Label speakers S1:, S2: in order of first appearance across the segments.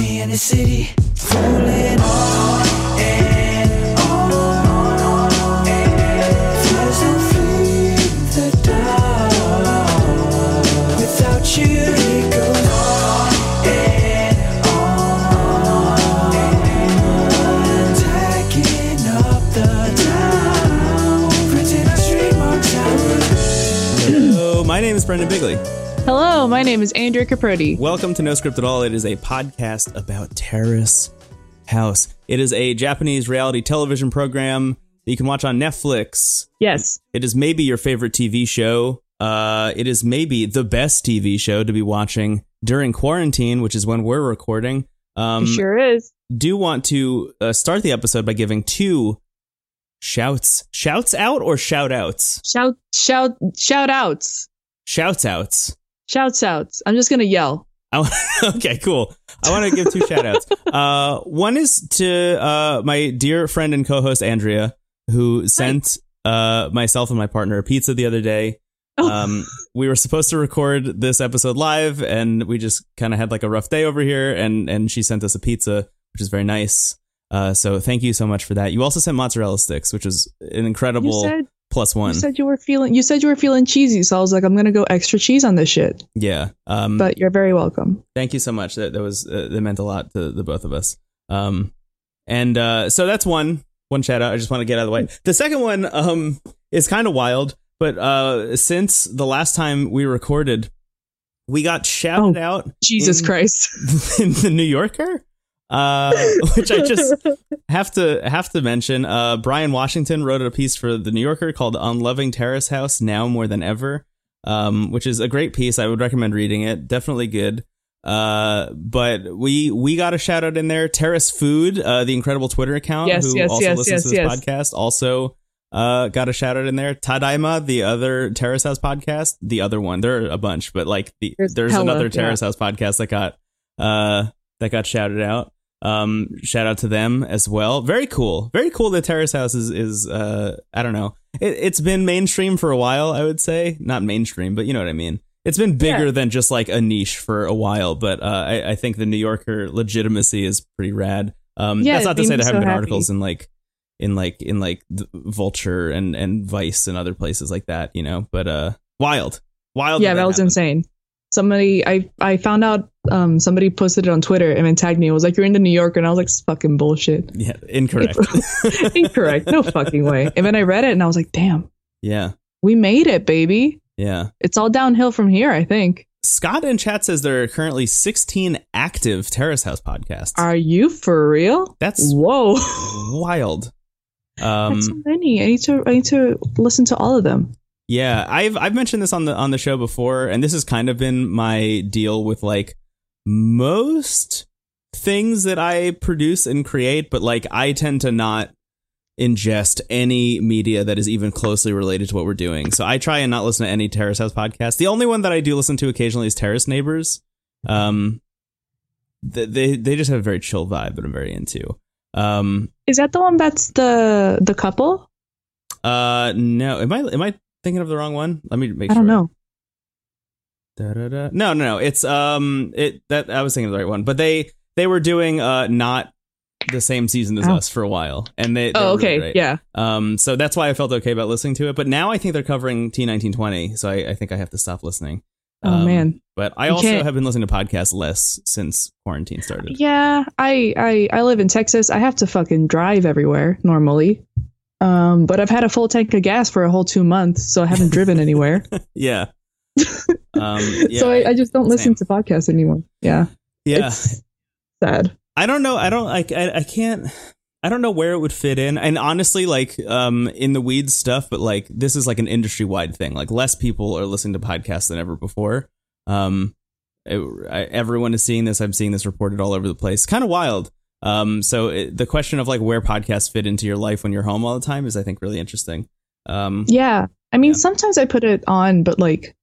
S1: in the city, fooling eh, on and on, on, on and on. Doesn't flee the dark. Without you, it goes on eh, and on and Taking eh, up the town, renting a street motel.
S2: Hello, my name is Brendan Bigley.
S3: Hello, my name is Andrea Caprodi.
S2: Welcome to No Script at All. It is a podcast about Terrace House. It is a Japanese reality television program that you can watch on Netflix.
S3: Yes,
S2: It is maybe your favorite TV show. Uh, it is maybe the best TV show to be watching during quarantine, which is when we're recording. Um,
S3: it sure is.
S2: Do want to uh, start the episode by giving two shouts, shouts out or shout outs,
S3: Shout, shout, shout outs,
S2: shouts outs.
S3: shouts outs. I'm just gonna yell.
S2: I want, okay, cool. I want to give two shout outs. Uh, one is to uh, my dear friend and co host, Andrea, who sent uh, myself and my partner a pizza the other day.
S3: Oh.
S2: Um, we were supposed to record this episode live, and we just kind of had like a rough day over here, and, and she sent us a pizza, which is very nice. Uh, so thank you so much for that. You also sent mozzarella sticks, which is an
S3: You
S2: incredible
S3: said
S2: plus one.
S3: you said you were feeling you said you were feeling cheesy, so I was like, I'm gonna go extra cheese on this shit.
S2: yeah. Um,
S3: But you're very welcome.
S2: thank you so much. That that was uh, that meant a lot to the both of us. Um, and uh, so that's one one shout out. I just want to get out of the way. The second one um is kind of wild, but uh, since the last time we recorded, we got shouted
S3: Oh.
S2: out
S3: Jesus
S2: In-
S3: Christ.
S2: in the New Yorker, uh, which I just have to have to mention. Uh, Brian Washington wrote a piece for the New Yorker called "Unloving Terrace House Now More Than Ever," um, which is a great piece. I would recommend reading it. Definitely good. Uh, but we we got a shout out in there. Terrace Food, uh, the incredible Twitter account
S3: Yes,
S2: who
S3: yes,
S2: also
S3: yes,
S2: listens to this
S3: yes, yes.
S2: podcast, also. Uh, got a shout out in there. Tadaima, the other Terrace House podcast, the other one. There are a bunch, but like the, there's,
S3: There's hella,
S2: another
S3: yeah.
S2: Terrace House podcast that got uh, that got shouted out. Um, shout out to them as well. Very cool. Very cool that Terrace House is, is uh, I don't know. It, it's been mainstream for a while, I would say. Not mainstream, but you know what I mean. It's been bigger than just like a niche for a while, but uh, I, I think the New Yorker legitimacy is pretty rad. Um,
S3: Yeah,
S2: that's
S3: it
S2: not to
S3: made
S2: say
S3: me
S2: there
S3: so
S2: haven't been
S3: happy.
S2: articles in like in like in like the Vulture and and Vice and other places like that, you know. But uh, wild, wild.
S3: yeah, that was
S2: happened.
S3: insane. Somebody I I found out um somebody posted it on Twitter and then tagged me. It was like, You're into New York and I was like, "This is fucking bullshit.
S2: Yeah, incorrect.
S3: Incorrect. No fucking way. And then I read it and I was like, damn,
S2: yeah,
S3: we made it, baby.
S2: yeah.
S3: It's all downhill from here, I think.
S2: Scott in chat says there are currently 16 active Terrace House podcasts.
S3: Are you for real?
S2: That's
S3: Whoa.
S2: wild. Um,
S3: That's so many. I need to I need to listen to all of them.
S2: yeah, I've I've mentioned this on the on the show before, and this has kind of been my deal with like most things that I produce and create, but like I tend to not ingest any media that is even closely related to what we're doing. So I try and not listen to any Terrace House podcast. The only one that I do listen to occasionally is Terrace Neighbors. Um, th- they they just have a very chill vibe that I'm very into. Um,
S3: Is that the one that's the the couple?
S2: uh, no, am I am I thinking of the wrong one? Let me make
S3: I
S2: sure.
S3: don't know.
S2: Da-da-da. No, no, no. It's um, it that I was thinking of the right one, but they they were doing uh not the same season as
S3: Oh.
S2: us for a while, and they, they
S3: Oh,
S2: were really
S3: okay.
S2: great.
S3: Yeah.
S2: Um, so that's why I felt okay about listening to it. But now I think they're covering T nineteen twenty, so I, I think I have to stop listening.
S3: Oh
S2: Um,
S3: man.
S2: But I
S3: You
S2: also
S3: can't-
S2: have been listening to podcasts less since quarantine started.
S3: Yeah. I, I I live in Texas. I have to fucking drive everywhere normally. Um, but I've had a full tank of gas for a whole two months, so I haven't driven anywhere.
S2: Yeah. um, yeah.
S3: so I, I just don't
S2: same.
S3: listen to podcasts anymore. Yeah.
S2: yeah.
S3: It's sad.
S2: I don't know. I don't like. I, I can't. I don't know where it would fit in. And honestly, like, um, in the weeds stuff, but like, this is like an industry wide thing. Like, less people are listening to podcasts than ever before. Um, it- I, everyone is seeing this. I'm seeing this reported all over the place. Kind of wild. Um, so it, the question of like where podcasts fit into your life when you're home all the time is, I think, really interesting. Um,
S3: Yeah. I mean,
S2: Yeah.
S3: sometimes I put it on, but like,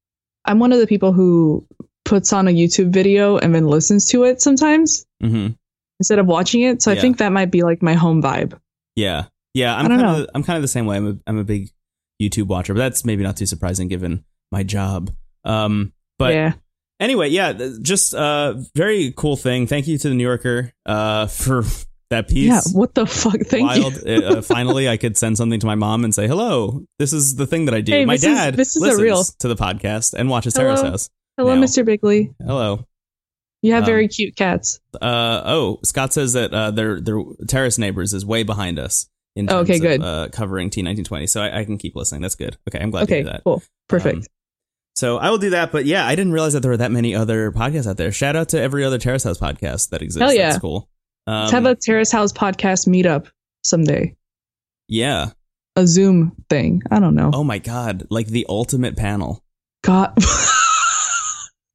S3: I'm one of the people who puts on a YouTube video and then listens to it sometimes
S2: mhm.
S3: instead of watching it. So
S2: Yeah.
S3: I think that might be like my home vibe.
S2: Yeah. Yeah. I'm
S3: I don't
S2: kind
S3: know.
S2: of I'm kind of the same way. I'm a I'm a big YouTube watcher, but that's maybe not too surprising given my job. Um, but
S3: yeah.
S2: Anyway, yeah, th- just uh, very cool thing. Thank you to the New Yorker uh, for that piece.
S3: yeah, what the fuck? Thank you.
S2: Wild. Uh, uh, finally, I could send something to my mom and say, "Hello, this is the thing that I do."
S3: Hey,
S2: my
S3: this is-
S2: dad
S3: this is a
S2: listens
S3: real-
S2: to the podcast and watches Sarah's
S3: Hello.
S2: house.
S3: Hello,
S2: now.
S3: Mr. Bigley.
S2: Hello.
S3: You have
S2: Um,
S3: very cute cats.
S2: Uh, oh, Scott says that uh, their their terrace neighbors is way behind us in terms
S3: Oh, Okay, good.
S2: of uh, covering T nineteen twenty. So I, I can keep listening. That's good. Okay, I'm glad to
S3: Okay,
S2: hear that.
S3: cool. Perfect.
S2: Um, So I will do that. But yeah, I didn't realize that there were that many other podcasts out there. Shout out to every other terrace house podcast that exists.
S3: Hell yeah.
S2: That's cool. Um,
S3: Let's have a Terrace House podcast meetup someday.
S2: yeah.
S3: A Zoom thing. I don't know.
S2: Oh my god, like the ultimate panel.
S3: God.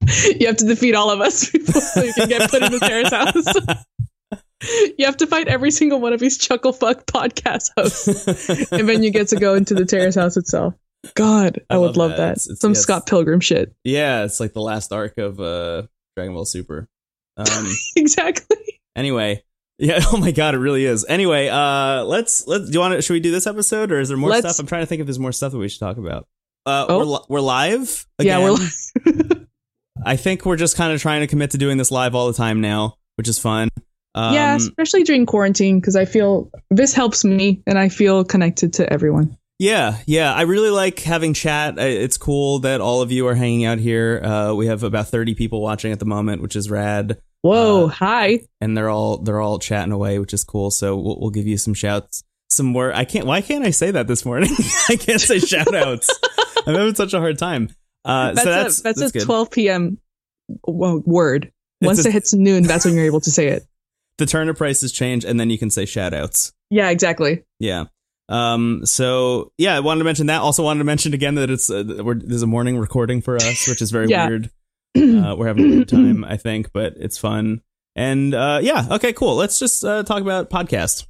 S3: you have to defeat all of us before you can get put in the Terrace House. you have to fight every single one of these chuckle fuck podcast hosts. and then you get to go into the terrace house itself. God, I,
S2: I love
S3: would love
S2: that.
S3: that.
S2: It's- it's-
S3: Some
S2: yes.
S3: Scott Pilgrim shit.
S2: Yeah, it's like the last arc of uh Dragon Ball Super. Um
S3: exactly.
S2: anyway, yeah, oh my god, it really is. Anyway, uh let's let's do you want to should we do this episode or is there more
S3: Let's-
S2: stuff? I'm trying to think if there's more stuff that we should talk about. Uh
S3: Oh.
S2: we're, li- we're live
S3: Yeah,
S2: again.
S3: we're
S2: I think we're just kind of trying to commit to doing this live all the time now, which is fun. Um,
S3: yeah, especially during quarantine because I feel this helps me and I feel connected to everyone.
S2: Yeah, yeah. I really like having chat. I- It's cool that all of you are hanging out here. Uh, we have about 30 people watching at the moment, which is rad.
S3: Whoa,
S2: Uh,
S3: hi.
S2: And they're all they're all chatting away, which is cool. So we'll, we'll give you some shouts, some more. I can't. Why can't I say that this morning? I can't say shout outs. I'm having such a hard time. Uh,
S3: That's,
S2: so that's
S3: a, that's, a
S2: good.
S3: 12 p.m. w- word.
S2: It's
S3: Once
S2: a-
S3: it hits noon, that's when you're able to say it.
S2: The Turner prices change, and then you can say shout outs.
S3: Yeah, exactly.
S2: Yeah. Um. So yeah, I wanted to mention that. Also wanted to mention again that it's uh, we're, there's a morning recording for us, which is very
S3: Yeah.
S2: weird. uh, we're having a good time, I think, but it's fun. And uh, yeah, okay, cool. Let's just uh, talk about podcast.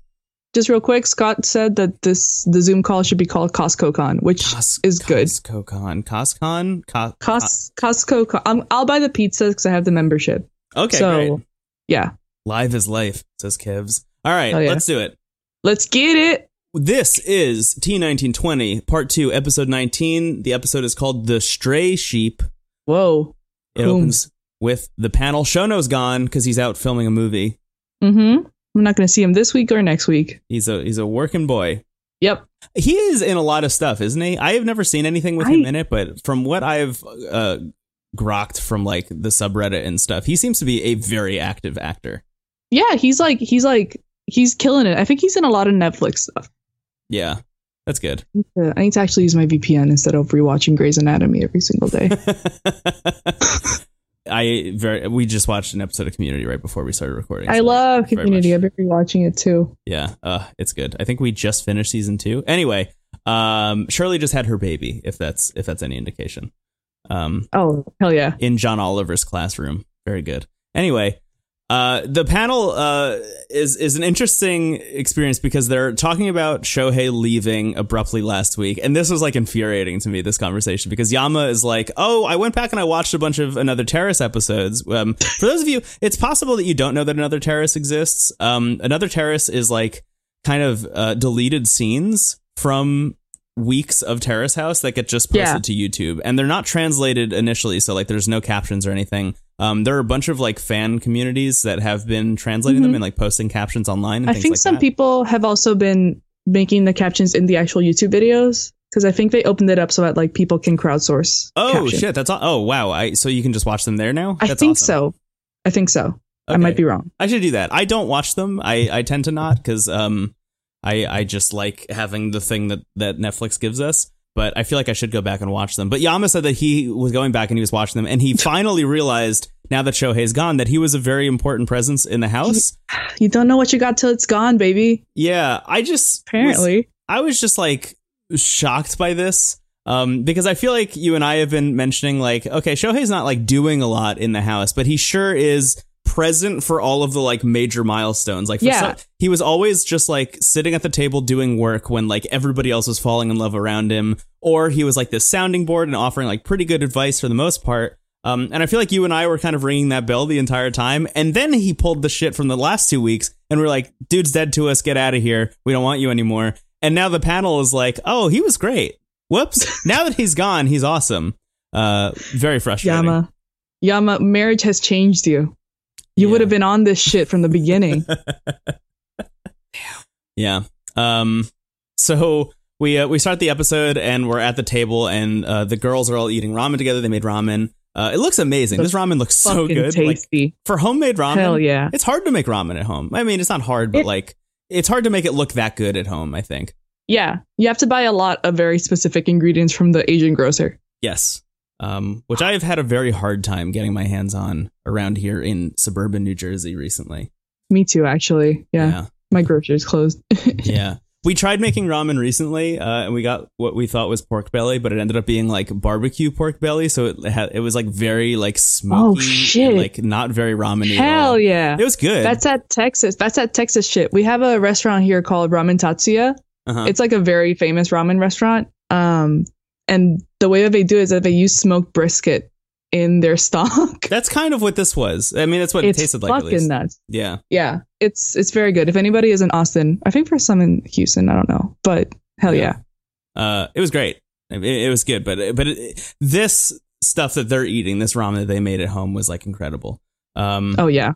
S3: Just real quick, Scott said that this the Zoom call should be called CostcoCon, which
S2: Cos-
S3: is good.
S2: CostcoCon, CostCon, Cos.
S3: Cos- CostcoCon. I'm, I'll buy the pizza because I have the membership.
S2: okay,
S3: so,
S2: great.
S3: yeah,
S2: Live is life, says Kevs. All right,
S3: Oh, yeah.
S2: let's do it.
S3: let's get it.
S2: This is T1920, Part 2, Episode 19. The episode is called The Stray Sheep.
S3: Whoa.
S2: It
S3: Cool.
S2: opens with the panel. Shono's gone because he's out filming a movie.
S3: Mm-hmm. I'm not going to see him this week or next week.
S2: He's a he's a working boy.
S3: Yep.
S2: He is in a lot of stuff, isn't he? I have never seen anything with
S3: I-
S2: him in it, but from what I've uh, grokked from like the subreddit and stuff, he seems to be a very active actor.
S3: Yeah, he's like he's like he's killing it. I think he's in a lot of Netflix stuff.
S2: Yeah, that's good.
S3: Uh, I need to actually use my VPN instead of rewatching Grey's Anatomy every single day.
S2: I very we just watched an episode of Community right before we started recording.
S3: I
S2: so
S3: love
S2: thank you very
S3: Community.
S2: much.
S3: I've been rewatching it too.
S2: Yeah, uh, it's good. I think we just finished season two. Anyway, um, Shirley just had her baby. If that's if that's any indication. Um,
S3: Oh hell yeah!
S2: in John Oliver's classroom. Very good. Anyway, uh, the panel uh, is is an interesting experience because they're talking about Shohei leaving abruptly last week, and this was like infuriating to me. This conversation because Yama is like, "Oh, I went back and I watched a bunch of Another Terrace episodes." Um, for those of you, it's possible that you don't know that Another Terrace exists. Um, Another Terrace is like kind of uh, deleted scenes from weeks of Terrace House that get just
S3: Yeah.
S2: posted to YouTube, and they're not translated initially, so like there's no captions or anything. Um, there are a bunch of like fan communities that have been translating them
S3: Mhm.
S2: and like posting captions online. And
S3: I
S2: things
S3: think
S2: like
S3: some
S2: that.
S3: people have also been making the captions in the actual YouTube videos because I think they opened it up so that like people can crowdsource.
S2: Oh
S3: captions.
S2: shit! That's all- oh wow! I so you can just watch them there now.
S3: I
S2: That's
S3: think
S2: awesome.
S3: so. I think so. I
S2: Okay.
S3: might be wrong.
S2: I should do that. I don't watch them. I, I tend to not because um I I just like having the thing that that Netflix gives us. But I feel like I should go back and watch them. But Yama said that he was going back and he was watching them, and he finally realized now that Shohei's gone that he was a very important presence in the house.
S3: You don't know what you got till it's gone, baby.
S2: Yeah, I just was-
S3: Apparently.
S2: I was just like shocked by this um, because I feel like you and I have been mentioning like, okay, Shohei's not like doing a lot in the house, but he sure is present for all of the like major milestones. Like, for
S3: Yeah.
S2: some- he was always just like sitting at the table doing work when like everybody else was falling in love around him, or he was like this sounding board and offering like pretty good advice for the most part. Um, and I feel like you and I were kind of ringing that bell the entire time. And then he pulled the shit from the last two weeks and we are like, dude's dead to us. Get out of here. We don't want you anymore. And now the panel is like, oh, he was great. Whoops. now that he's gone, he's awesome. Uh, very frustrating.
S3: Yama. Yama, marriage has changed you. You would
S2: Yeah.
S3: have been on this shit from the beginning.
S2: Yeah. Um. So we uh, we start the episode and we're at the table and uh, the girls are all eating ramen together. They made ramen. Uh, it looks amazing.
S3: Looks
S2: this ramen looks so
S3: Fucking
S2: good. Like
S3: tasty.
S2: for homemade ramen,
S3: Hell yeah.
S2: it's hard to make ramen at home. I mean, it's not hard, but
S3: It-
S2: like it's hard to make it look that good at home. I think.
S3: Yeah. You have to buy a lot of very specific ingredients from the Asian grocer.
S2: Yes. Um, which I have had a very hard time getting my hands on around here in suburban New Jersey recently.
S3: Me too, actually. Yeah.
S2: Yeah.
S3: My grocer's closed.
S2: yeah. We tried making ramen recently, uh, and we got what we thought was pork belly, but it ended up being like barbecue pork belly. So it had, it was like very like smoky,
S3: Oh, shit.
S2: And, like not very ramen.
S3: Hell yeah.
S2: It was good.
S3: That's at Texas. That's at Texas shit. We have a restaurant here called Ramen Tatsuya.
S2: uh
S3: It's like a very famous ramen restaurant. Um, and the way that they do it is that they use smoked brisket in their stock.
S2: that's kind of what this was. I mean, that's what
S3: it's
S2: it tasted like. At
S3: fucking
S2: least.
S3: nuts.
S2: Yeah,
S3: Yeah, it's it's very good. If anybody is in Austin, I think for some in Houston, I don't know, but hell yeah,
S2: uh, it was great. I mean, It, it was good, but but it, this stuff that they're eating, this ramen that they made at home, was like incredible. Um,
S3: oh yeah,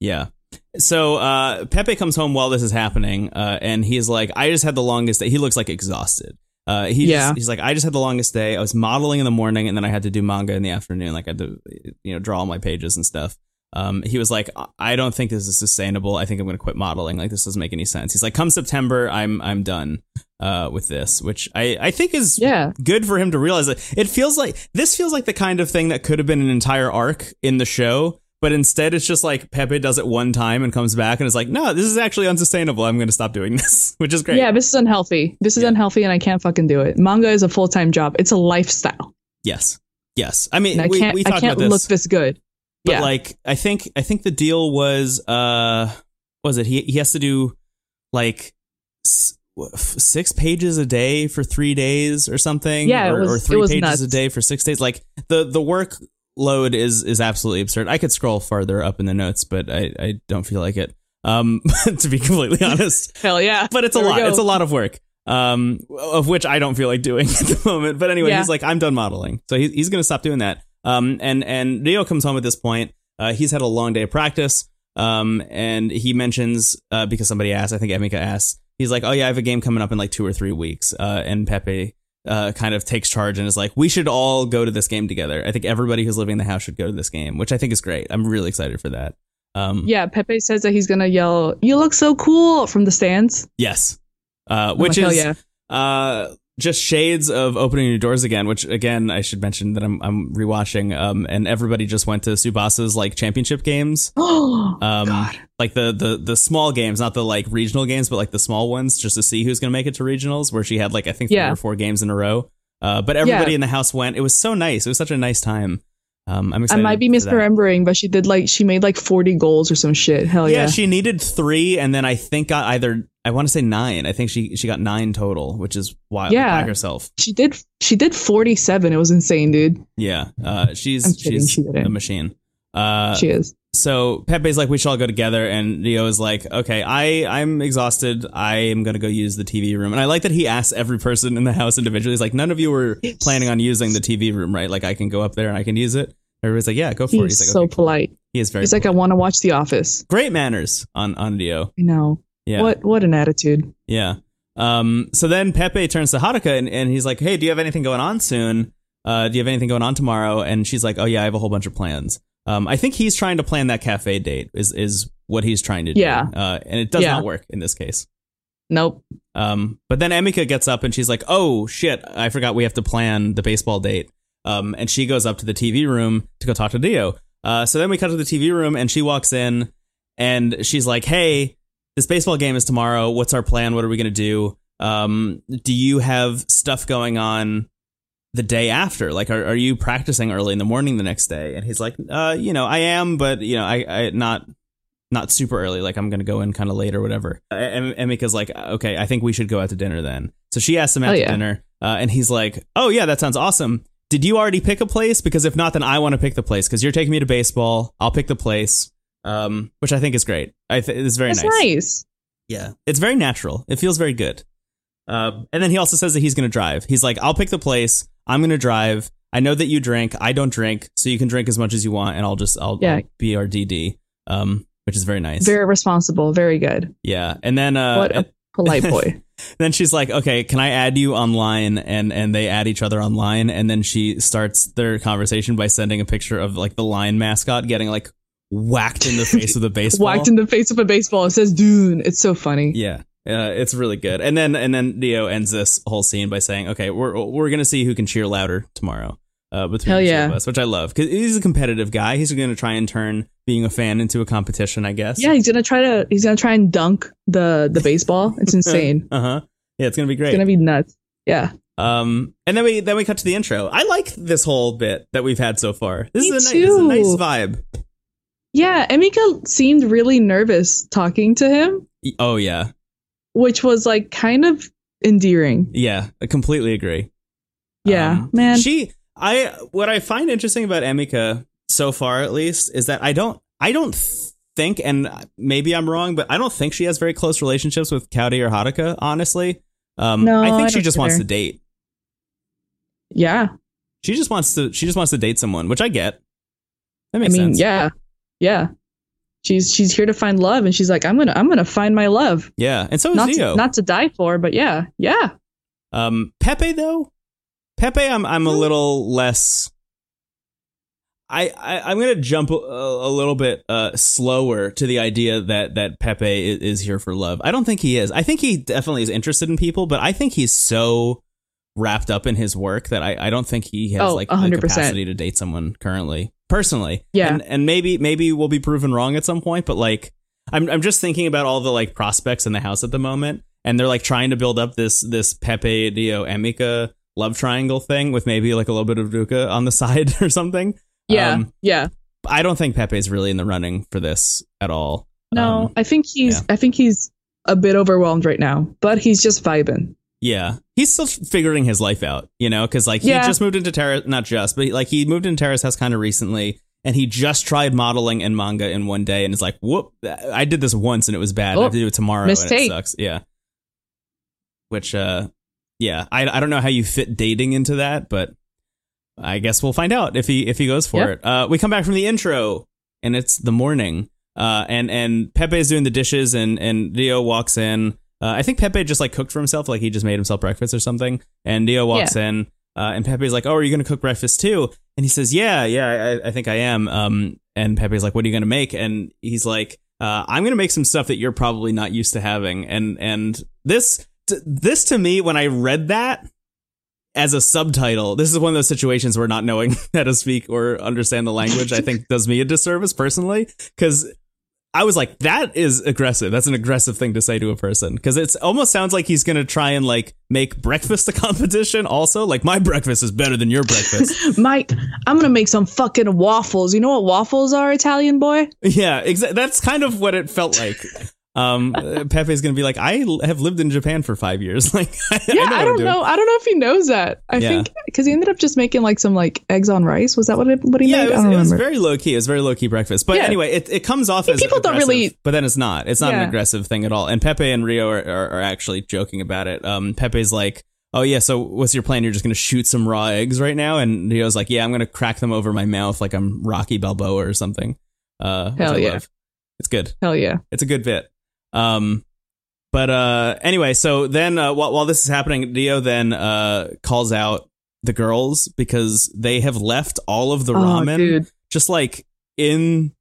S2: Yeah. So uh, Pepe comes home while this is happening, uh, and he's like, "I just had the longest day." He looks like exhausted. Uh, he just-
S3: Yeah.
S2: he's like, "I just had the longest day. I was modeling in the morning, and then I had to do manga in the afternoon. Like I had to, you know, draw all my pages and stuff." Um, he was like, "I- "I don't think this is sustainable. I think I'm going to quit modeling. Like this doesn't make any sense." He's like, "Come September, I'm I'm done uh, with this," which I I think is
S3: yeah,
S2: good for him to realize that it feels like this feels like the kind of thing that could have been an entire arc in the show but instead it's just like pepe does it one time and comes back and is like no this is actually unsustainable i'm going to stop doing this which is great
S3: yeah. This is unhealthy. This is
S2: Yeah.
S3: unhealthy, and I can't fucking do it. Manga is a full time job. It's a lifestyle,
S2: yes yes i mean
S3: and I
S2: we,
S3: can't
S2: we
S3: I
S2: talked
S3: can't
S2: about
S3: look
S2: this
S3: this good.
S2: but
S3: yeah,
S2: like i think i think the deal was uh what was it he, he has to do like s- what, f- six pages a day for three days or something
S3: Yeah, it
S2: or,
S3: was-
S2: or
S3: it
S2: three
S3: was
S2: pages
S3: nuts.
S2: a day for six days like the the workload is is absolutely absurd i could scroll farther up in the notes but i i don't feel like it um to be completely honest
S3: hell yeah.
S2: but it's a
S3: There we
S2: lot
S3: go.
S2: it's a lot of work um of which i don't feel like doing at the moment but anyway
S3: Yeah.
S2: he's like i'm done modeling so he, he's gonna stop doing that um and and rio comes home at this point uh he's had a long day of practice um and he mentions uh because somebody asked i think emika asked he's like oh yeah i have a game coming up in like two or three weeks uh and pepe uh, kind of takes charge and is like, we should all go to this game together. I think everybody who's living in the house should go to this game, which I think is great. I'm really excited for that. Um,
S3: Yeah, Pepe says that he's gonna yell, "You look so cool" from the stands,
S2: Yes. Uh,
S3: I'm like,
S2: which
S3: hell
S2: is
S3: yeah.
S2: Uh, just shades of opening new doors again, which again I should mention that I'm I'm rewatching. Um, and everybody just went to Subasa's like championship games.
S3: Oh
S2: Um,
S3: God,
S2: like the the the small games, not the like regional games, but like the small ones, just to see who's gonna make it to regionals. Where she had like I think three
S3: Yeah.
S2: or four games in a row. Uh, but everybody
S3: Yeah.
S2: in the house went. It was so nice. It was such a nice time. Um, I'm
S3: I
S2: excited.
S3: might be
S2: for that.
S3: misremembering, but she did like she made like forty goals or some shit. Hell
S2: yeah,
S3: yeah,
S2: she needed three, and then I think got either I want to say nine. I think she she got nine total, which is wild
S3: Yeah.
S2: by herself.
S3: she did she did forty seven. It was insane, dude.
S2: Yeah, uh, she's
S3: I'm kidding,
S2: she's
S3: she didn't.
S2: a machine. Uh,
S3: she is.
S2: so Pepe's like, we should all go together, and Rio is like, okay, I I'm exhausted. I am gonna go use the TV room, and I like that he asks every person in the house individually. He's like, none of you were
S3: Yes.
S2: planning on using the TV room, right? Like, I can go up there and I can use it. Everybody's like, yeah, go for
S3: He's,
S2: it. He's like,
S3: so
S2: okay, cool.
S3: polite.
S2: He is very
S3: He's like, I want to watch The Office.
S2: great manners on on Rio.
S3: You know
S2: Yeah,
S3: what? What an attitude.
S2: yeah. Um, so then Pepe turns to Haruka and, and he's like, hey, do you have anything going on soon? Uh, do you have anything going on tomorrow? And she's like, oh, yeah, I have a whole bunch of plans. Um, I think he's trying to plan that cafe date is, is what he's trying to do.
S3: Yeah.
S2: Uh, and it does
S3: Yeah.
S2: not work in this case.
S3: Nope.
S2: Um, but then Emika gets up and she's like, "Oh shit, I forgot we have to plan the baseball date." Um, and she goes up to the TV room to go talk to Dio. Uh, so then we cut to the TV room and she walks in and she's like, "Hey, this baseball game is tomorrow. What's our plan? What are we gonna do? Um, do you have stuff going on?" The day after, like, are, are you practicing early in the morning the next day? And he's like, uh, you know, I am, but you know, I, I not not super early. Like I'm gonna go in kind of late or whatever. Uh, And and Mika's like, okay, I think we should go out to dinner then. So she asks him out
S3: Oh,
S2: to
S3: yeah.
S2: dinner, uh, and he's like, oh yeah, that sounds awesome. Did you already pick a place? Because if not, then I want to pick the place because you're taking me to baseball. I'll pick the place, um, which I think is great. I th- it's very
S3: That's
S2: nice.
S3: nice.
S2: Yeah, it's very natural. It feels very good. Um, and then he also says that he's going to drive. He's like, I'll pick the place. I'm going to drive. I know that you drink. I don't drink, so you can drink as much as you want, and I'll just I'll,
S3: Yeah.
S2: I'll be our DD, um, which is very nice.
S3: Very responsible. Very good.
S2: yeah, and then uh,
S3: what a polite boy.
S2: then she's like, "Okay, can I add you online?" And and they add each other online, and then she starts their conversation by sending a picture of like the lion mascot getting like whacked in the face with a baseball.
S3: Whacked in the face with a baseball. It says Dune. It's so funny.
S2: Yeah, uh, it's really good. And then and then Dio ends this whole scene by saying, "Okay, we're we're gonna see who can cheer louder tomorrow." Uh, between
S3: Hell
S2: the two
S3: yeah.
S2: of us, which I love because he's a competitive guy. He's going to try and turn being a fan into a competition, I guess.
S3: Yeah, he's gonna try to he's gonna try and dunk the the baseball. It's insane.
S2: Uh huh. Yeah, it's going to be
S3: it's
S2: great.
S3: gonna be nuts. Yeah.
S2: um, and then we then we cut to the intro. I like this whole bit that we've had so far. This
S3: Me
S2: is a, ni- this is a nice
S3: too.
S2: vibe.
S3: Yeah, Emika seemed really nervous talking to him,
S2: Y- Oh yeah,
S3: which was like kind of endearing.
S2: yeah. I completely agree.
S3: Yeah.
S2: Um,
S3: man.
S2: She I what I find interesting about Emika so far at least is that I don't I don't think and maybe I'm wrong, but I don't think she has very close relationships with Cowdy or Haruka, honestly. Um
S3: No,
S2: I think
S3: I
S2: she
S3: don't
S2: just wants
S3: either.
S2: to date.
S3: yeah.
S2: She just wants to she just wants to date someone, which I get. That
S3: I
S2: makes
S3: mean,
S2: sense.
S3: yeah. Yeah. She's she's here to find love and she's like, I'm gonna I'm gonna find my love.
S2: Yeah. And so is
S3: Not
S2: Dio.
S3: to, not to die for, but yeah. Yeah.
S2: Um, Pepe though, Pepe, I'm I'm a little less. I, I I'm gonna jump a, a little bit uh, slower to the idea that that Pepe is, is here for love. I don't think he is. I think he definitely is interested in people, but I think he's so wrapped up in his work that I, I don't think he has
S3: Oh,
S2: like the
S3: 100%.
S2: capacity to date someone currently personally.
S3: Yeah.
S2: and, and maybe maybe we'll be proven wrong at some point, but like I'm I'm just thinking about all the like prospects in the house at the moment, and they're like trying to build up this this Pepe Dio Emika love triangle thing with maybe like a little bit of Duca on the side or something.
S3: Yeah.
S2: Um,
S3: yeah.
S2: I don't think Pepe's really in the running for this at all.
S3: No,
S2: Um,
S3: I think he's
S2: yeah.
S3: I think he's a bit overwhelmed right now, but he's just vibing.
S2: yeah, he's still figuring his life out, you know, because like
S3: Yeah.
S2: he just moved into Terrace, not just, but like he moved into Terrace House kind of recently. And he just tried modeling and manga in one day, and it's like, whoop! I did this once, and it was bad. I have to do it tomorrow, and it
S3: Mistake.
S2: sucks. Yeah. Which, uh, yeah, I I don't know how you fit dating into that, but I guess we'll find out if he if he goes for
S3: Yep.
S2: it. Uh, we come back from the intro, and it's the morning. Uh, and and Pepe is doing the dishes, and and Dio walks in. Uh, I think Pepe just like cooked for himself, like he just made himself breakfast or something. And Dio walks in, uh, and Pepe's like, "Oh, are you going to cook breakfast too?" And he says, "Yeah, yeah, I, I think I am." Um, and Pepe's like, "What are you going to make?" And he's like, uh, "I'm going to make some stuff that you're probably not used to having." And and this t- this to me, when I read that, as a subtitle. This is one of those situations where not knowing how to speak or understand the language, I think, does me a disservice personally. Because I was like, that is aggressive. That's an aggressive thing to say to a person. Because it almost sounds like he's going to try and like make breakfast a competition. Also, like my breakfast is better than your breakfast.
S3: Mike, I'm gonna make some fucking waffles. You know what waffles are, Italian boy?
S2: yeah, exa- that's kind of what it felt like. Um, uh, Pepe's going to be like, I l- have lived in Japan for five years. Like, I,
S3: Yeah,
S2: know
S3: I,
S2: what I'm
S3: don't
S2: doing.
S3: know. I don't know if he knows that. I
S2: Yeah.
S3: think because he ended up just making like some like eggs on rice. Was that what it, what he
S2: Yeah,
S3: made?
S2: it was,
S3: I don't
S2: it was
S3: remember.
S2: very low key. It was very low key breakfast. But
S3: Yeah.
S2: anyway, it, it comes off as
S3: people don't
S2: aggressive,
S3: really-
S2: But then it's not. It's not
S3: Yeah.
S2: an aggressive thing at all. And Pepe and Rio are, are, are actually joking about it. Um, Pepe's like, "Oh yeah, so what's your plan? You're just gonna shoot some raw eggs right now?" And Rio's like, "Yeah, I'm gonna crack them over my mouth like I'm Rocky Balboa or something." Uh, which
S3: Hell
S2: I
S3: yeah.
S2: love. it's good.
S3: Hell yeah.
S2: It's a good bit. Um, but uh, anyway, so then uh, while, while this is happening, Dio then uh, calls out the girls because they have left all of the ramen
S3: oh, dude,
S2: just like in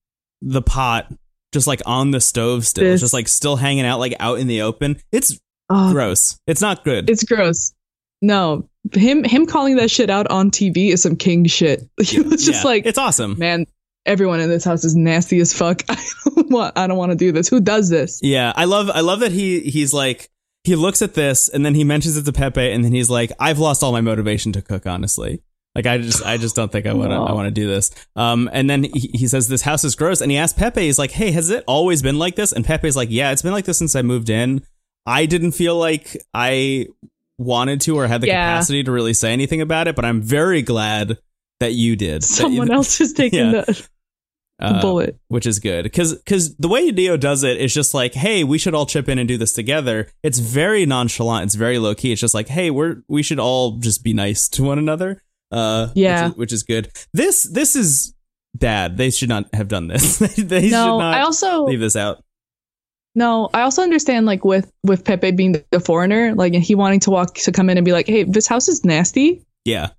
S2: the pot, just like on the stove still,
S3: This-
S2: just like still hanging out, like out in the open. It's
S3: oh,
S2: gross. It's not good.
S3: it's gross. No, him him calling that shit out on TV is some king shit. He was just
S2: Yeah.
S3: like,
S2: it's awesome.
S3: man, everyone in this house is nasty as fuck. I don't want I don't want to do this. Who does this?
S2: Yeah, I love I love that he he's like he looks at this and then he mentions it to Pepe and then he's like, I've lost all my motivation to cook, honestly. Like I just I just don't think I want to
S3: No.
S2: I want to do this. Um, and then he, he says this house is gross, and he asks Pepe, he's like, Hey, has it always been like this? And Pepe's like, Yeah, it's been like this since I moved in. I didn't feel like I wanted to or had the
S3: Yeah.
S2: capacity to really say anything about it, but I'm very glad that you did. That you-
S3: Someone else is taking
S2: Yeah.
S3: the
S2: uh,
S3: bullet.
S2: which is good because the way Dio does it is just like, hey, we should all chip in and do this together. It's very nonchalant. It's very low key. It's just like, hey, we're we should all just be nice to one another. Uh,
S3: Yeah.
S2: which is, which is good. This this is bad. They should not have done this. they
S3: no,
S2: should not
S3: I also
S2: leave this out.
S3: no, I also understand like with with Pepe being the, the foreigner, like and he wanting to walk to come in and be like, hey, this house is nasty.
S2: Yeah,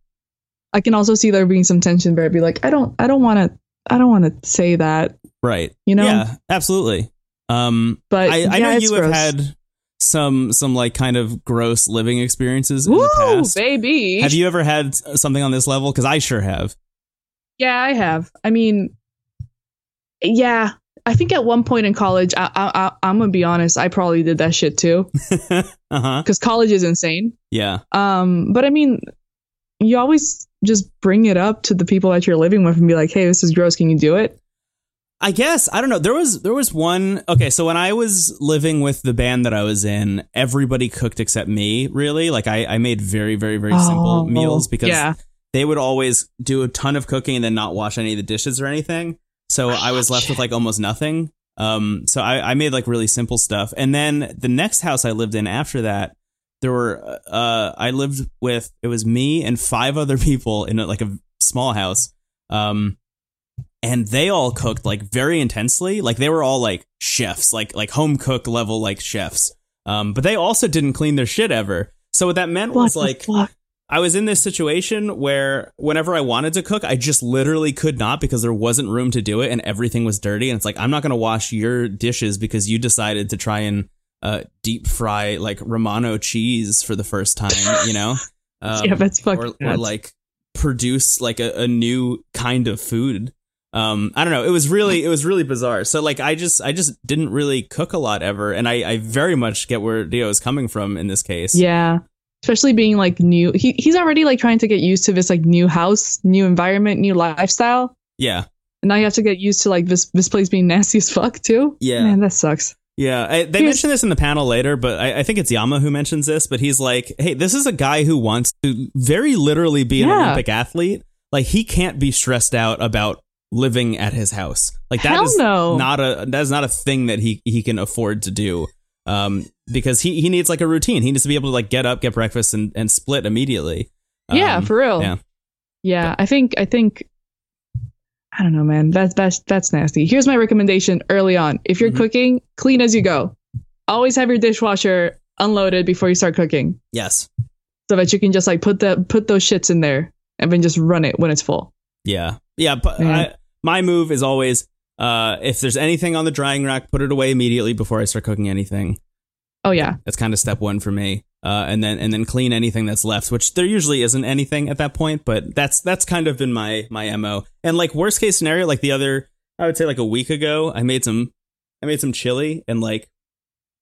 S3: I can also see there being some tension where I'd be like, I don't, I don't want to, I don't want to say that,
S2: right.
S3: you know.
S2: Yeah, absolutely. Um,
S3: But
S2: I, I
S3: yeah,
S2: know
S3: it's
S2: you have
S3: gross.
S2: had some some like kind of gross living experiences in the
S3: Woo,
S2: past.
S3: baby.
S2: Have you ever had uh, something on this level? Because I sure have.
S3: Yeah, I have. I mean, yeah. I think at one point in college, I, I, I, I'm gonna be honest. I probably did that shit too,
S2: uh huh.
S3: because college is insane.
S2: Yeah.
S3: Um, but I mean, you always just bring it up to the people that you're living with and be like, "Hey, this is gross. Can you do it?"
S2: I guess I don't know. There was there was one. Okay, so when I was living with the band that I was in, everybody cooked except me. Really, like I, I made very very very
S3: Oh,
S2: simple meals because
S3: yeah,
S2: they would always do a ton of cooking and then not wash any of the dishes or anything. So I was left with like almost nothing. Um, so I, I made like really simple stuff. And then the next house I lived in after that, there were uh, I lived with it was me and five other people in a, like a small house. Um, and they all cooked like very intensely. Like they were all like chefs, like like home cook level like chefs. Um, but they also didn't clean their shit ever. So what that meant
S3: what
S2: was
S3: the
S2: like
S3: fuck?
S2: I was in this situation where whenever I wanted to cook, I just literally could not because there wasn't room to do it and everything was dirty. And it's like, I'm not going to wash your dishes because you decided to try and uh, deep fry like Romano cheese for the first time, you know? Um,
S3: yeah, that's fucking
S2: or, or
S3: nuts.
S2: like produce like a, a new kind of food. Um, I don't know. It was really it was really bizarre. So like I just I just didn't really cook a lot ever, and I, I very much get where Dio is coming from in this case.
S3: Yeah. Especially being like new. He he's already like trying to get used to this like new house, new environment, new lifestyle.
S2: yeah,
S3: And now you have to get used to like this this place being nasty as fuck too.
S2: Yeah.
S3: Man, that sucks.
S2: Yeah, I, they
S3: Here's-
S2: mention this in the panel later, but I, I think it's Yama who mentions this. But he's like, "Hey, this is a guy who wants to very literally be an
S3: Yeah.
S2: Olympic athlete. Like, he can't be stressed out about living at his house. Like, that is
S3: Hell no.
S2: not a that is not a thing that he he can afford to do. Um, because he he needs like a routine. He needs to be able to like get up, get breakfast, and and split immediately.
S3: yeah,
S2: Um,
S3: for real.
S2: yeah.
S3: Yeah, I think I think I don't know, man. That's that's that's nasty. Here's my recommendation early on. If you're
S2: Mhm.
S3: cooking, clean as you go. Always have your dishwasher unloaded before you start cooking.
S2: yes,
S3: So that you can just like put the put those shits in there and then just run it when it's full.
S2: Yeah. Yeah. But
S3: Yeah.
S2: I, my move is always uh, if there's anything on the drying rack, put it away immediately before I start cooking anything.
S3: Oh yeah.
S2: That's kind of step one for me. Uh, and then and then clean anything that's left, which there usually isn't anything at that point, but that's that's kind of been my my mo. And like worst case scenario, like the other, I would say like a week ago, I made some I made some chili and like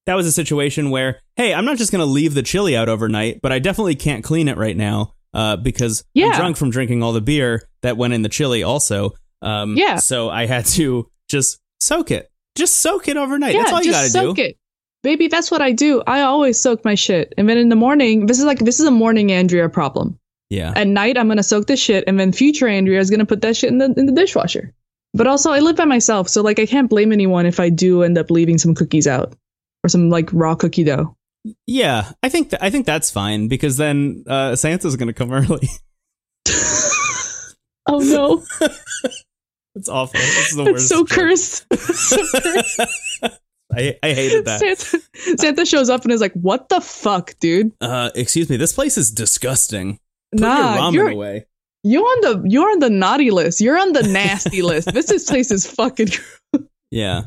S2: that was a situation where hey, I'm not just gonna leave the chili out overnight, but I definitely can't clean it right now uh, because
S3: Yeah.
S2: I'm drunk from drinking all the beer that went in the chili also. Um,
S3: Yeah.
S2: So I had to just soak it, just soak it overnight. that's all you gotta
S3: just
S2: do.
S3: soak it. Baby, that's what I do. I always soak my shit. And then in the morning, this is like this is a morning Andrea problem.
S2: Yeah.
S3: At night I'm gonna soak the shit and then future Andrea is gonna put that shit in the in the dishwasher. But also I live by myself, so like I can't blame anyone if I do end up leaving some cookies out. Or some like raw cookie dough.
S2: Yeah, I think th- I think that's fine because then uh, Santa's gonna come early.
S3: Oh no.
S2: it's awful. This is the
S3: That's
S2: worst.
S3: so
S2: joke.
S3: cursed. so cursed.
S2: I I hated that.
S3: Santa, Santa shows up and is like, what the fuck, dude?
S2: Uh, excuse me, this place is disgusting. Put your
S3: nah,
S2: ramen
S3: you're
S2: away.
S3: you're on the you're on the naughty list. You're on the nasty list. This is, place is fucking
S2: Yeah.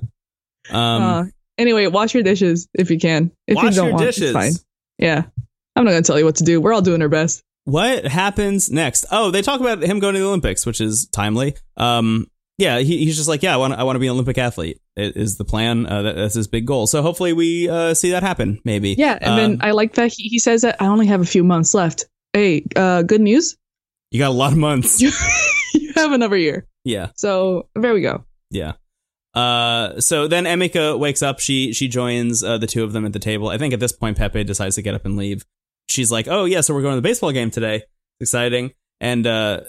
S2: Um,
S3: Uh, anyway, wash your dishes if you can. If you
S2: wash
S3: don't
S2: your
S3: want,
S2: dishes.
S3: It's fine. Yeah. I'm not going to tell you what to do. We're all doing our best.
S2: What happens next? Oh, they talk about him going to the Olympics, which is timely. Um, yeah, he, he's just like, yeah, I want I want to be an Olympic athlete. i- Is the plan? Uh, that, that's his big goal. So hopefully we uh, see that happen. Maybe.
S3: Yeah. And
S2: Um,
S3: then I like that he, he says that I only have a few months left. Hey, uh, good news.
S2: you got a lot of months.
S3: You, you have another year.
S2: yeah.
S3: So there we go.
S2: Yeah. Uh, so then Emika wakes up. She she joins uh, the two of them at the table. I think at this point Pepe decides to get up and leave. She's like, "Oh yeah, so we're going to the baseball game today. Exciting!" And uh,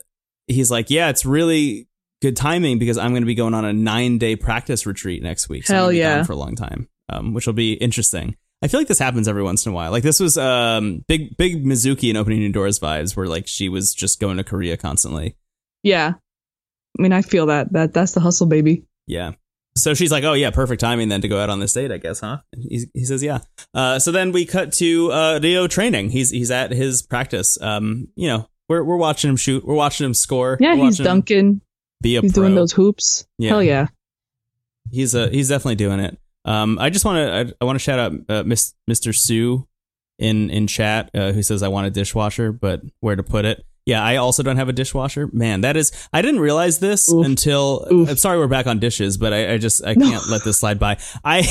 S2: he's like, "Yeah, it's really good timing because I'm going to be going on a nine day practice retreat next week. So I'm
S3: Hell
S2: gonna be
S3: yeah.
S2: gone for a long time, um, which will be interesting." I feel like this happens every once in a while. Like this was um big big Mizuki and opening new doors vibes where like she was just going to Korea constantly.
S3: Yeah. I mean, I feel that that that's the hustle, baby.
S2: Yeah. So she's like, "Oh yeah, perfect timing then to go out on this date, I guess, huh?" And He, he says, "Yeah." Uh, so then we cut to uh, Rio training. He's he's at his practice. Um, you know, we're we're watching him shoot. We're watching him score.
S3: Yeah,
S2: we're
S3: he's
S2: watching him
S3: dunking.
S2: Be a
S3: He's
S2: pro.
S3: doing those hoops.
S2: Yeah.
S3: Hell yeah.
S2: He's uh, he's definitely doing it. Um, I just want to I, I want to shout out uh, Miss Mr. Sue in in chat uh, who says I want a dishwasher, but where to put it? Yeah, I also don't have a dishwasher. Man, that is I didn't realize this
S3: Oof.
S2: until
S3: Oof.
S2: I'm sorry we're back on dishes, but I, I just I
S3: No.
S2: can't let this slide by. I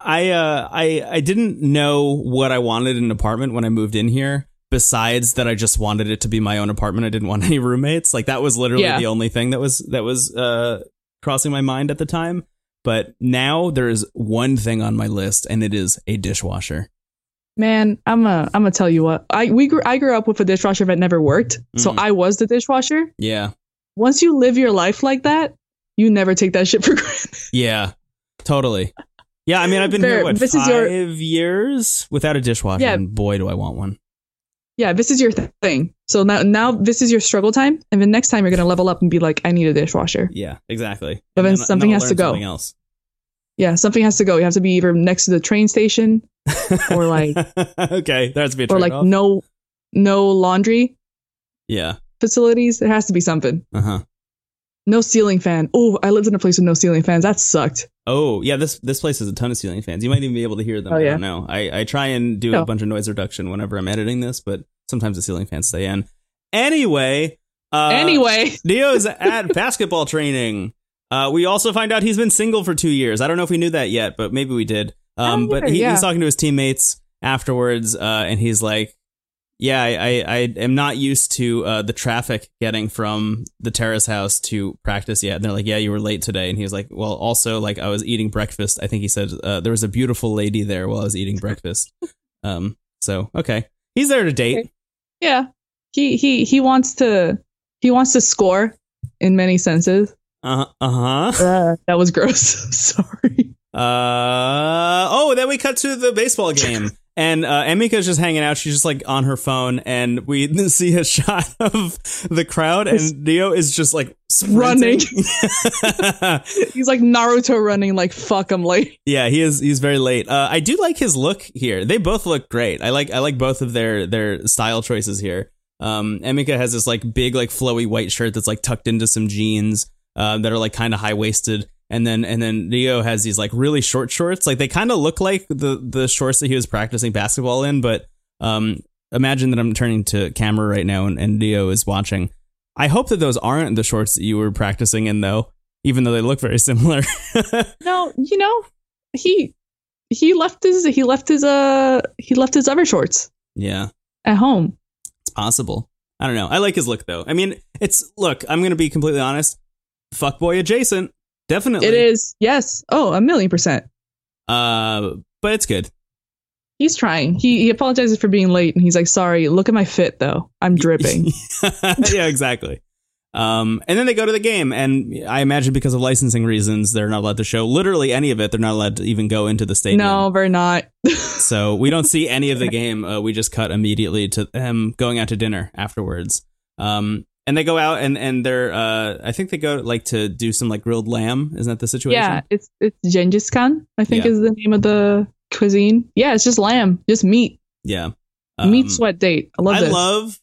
S2: I uh I I didn't know what I wanted in an apartment when I moved in here. Besides that, I just wanted it to be my own apartment. I didn't want any roommates. Like that was literally
S3: Yeah.
S2: the only thing that was that was uh crossing my mind at the time. But now there is one thing on my list, and it is a dishwasher.
S3: Man, I'm a I'm gonna tell you what. I we grew I grew up with a dishwasher that never worked. So
S2: Mhm.
S3: I was the dishwasher.
S2: Yeah,
S3: Once you live your life like that, you never take that shit for granted.
S2: yeah, totally. Yeah, I mean, I've been here
S3: Fair.
S2: what
S3: This is
S2: five
S3: your-
S2: years without a dishwasher,
S3: Yeah.
S2: and boy, do I want one.
S3: yeah, this is your th- thing. So now now this is your struggle time, and then next time you're gonna level up and be like, I need a dishwasher.
S2: Yeah, exactly.
S3: But then
S2: And and
S3: something
S2: I'll
S3: has to
S2: learn
S3: go.
S2: Something else.
S3: Yeah, something has to go. You have to be either next to the train station or like
S2: okay, that's be a
S3: or like
S2: trade-off.
S3: no no laundry
S2: Yeah.
S3: facilities. There has to be something.
S2: Uh huh.
S3: No ceiling fan. Oh, I lived in a place with no ceiling fans. That sucked.
S2: Oh yeah, this this place has a ton of ceiling fans. You might even be able to hear them.
S3: Oh,
S2: I
S3: yeah. Oh.
S2: don't know. I, I try and do
S3: No.
S2: a bunch of noise reduction whenever I'm editing this, but sometimes the ceiling fans stay in. Anyway, uh,
S3: anyway,
S2: Dio's at basketball training. Uh, we also find out he's been single for two years. I don't know if we knew that yet, but maybe we did. Um,
S3: don't
S2: but
S3: either,
S2: he,
S3: yeah.
S2: he's talking to his teammates afterwards, uh, and he's like, "Yeah, I, I, I am not used to uh, the traffic getting from the terrace house to practice yet." And they're like, "Yeah, you were late today." And he was like, "Well, also like I was eating breakfast. I think he said uh, there was a beautiful lady there while I was eating breakfast." um, so okay, he's there to date.
S3: yeah. He he he wants to he wants to score in many senses.
S2: Uh huh.
S3: That was gross. Sorry.
S2: Uh oh, then we cut to the baseball game. And uh, Emika's just hanging out. She's just like on her phone, and we see a shot of the crowd, and Neo is just like sprinting.
S3: He's like Naruto running like fuck I'm late.
S2: yeah, he is. He's very late. Uh, I do like his look here. They both look great. I like. I like both of their their style choices here. Um, Emika has this like big, like flowy white shirt that's like tucked into some jeans um, that are like kind of high waisted, and then and then Rio has these like really short shorts. Like they kind of look like the the shorts that he was practicing basketball in. But um, imagine that I'm turning to camera right now, and, and Rio is watching. I hope that those aren't the shorts that you were practicing in, though. Even though they look very similar.
S3: No, you know, he he left his he left his uh he left his other shorts
S2: yeah.
S3: at home.
S2: It's possible. I don't know. I like his look though. I mean, it's look. I'm gonna be completely honest. Fuckboy adjacent, definitely.
S3: It is yes. Oh, a million percent.
S2: Uh, but it's good.
S3: He's trying. He he apologizes for being late and he's like, sorry, look at my fit though. I'm dripping.
S2: yeah, exactly. Um, and then they go to the game, and I imagine because of licensing reasons, they're not allowed to show literally any of it. They're not allowed to even go into the stadium.
S3: no, we're not.
S2: So we don't see any of the game. Uh, we just cut immediately to them going out to dinner afterwards. Um, and they go out and and they're uh, I think they go like to do some like grilled lamb. Isn't that the situation?
S3: yeah, it's it's Genghis Khan, I think
S2: Yeah.
S3: is the name of the cuisine. Yeah, it's just lamb, just meat.
S2: Yeah.
S3: meat
S2: Um,
S3: sweat date. I love
S2: I
S3: this.
S2: love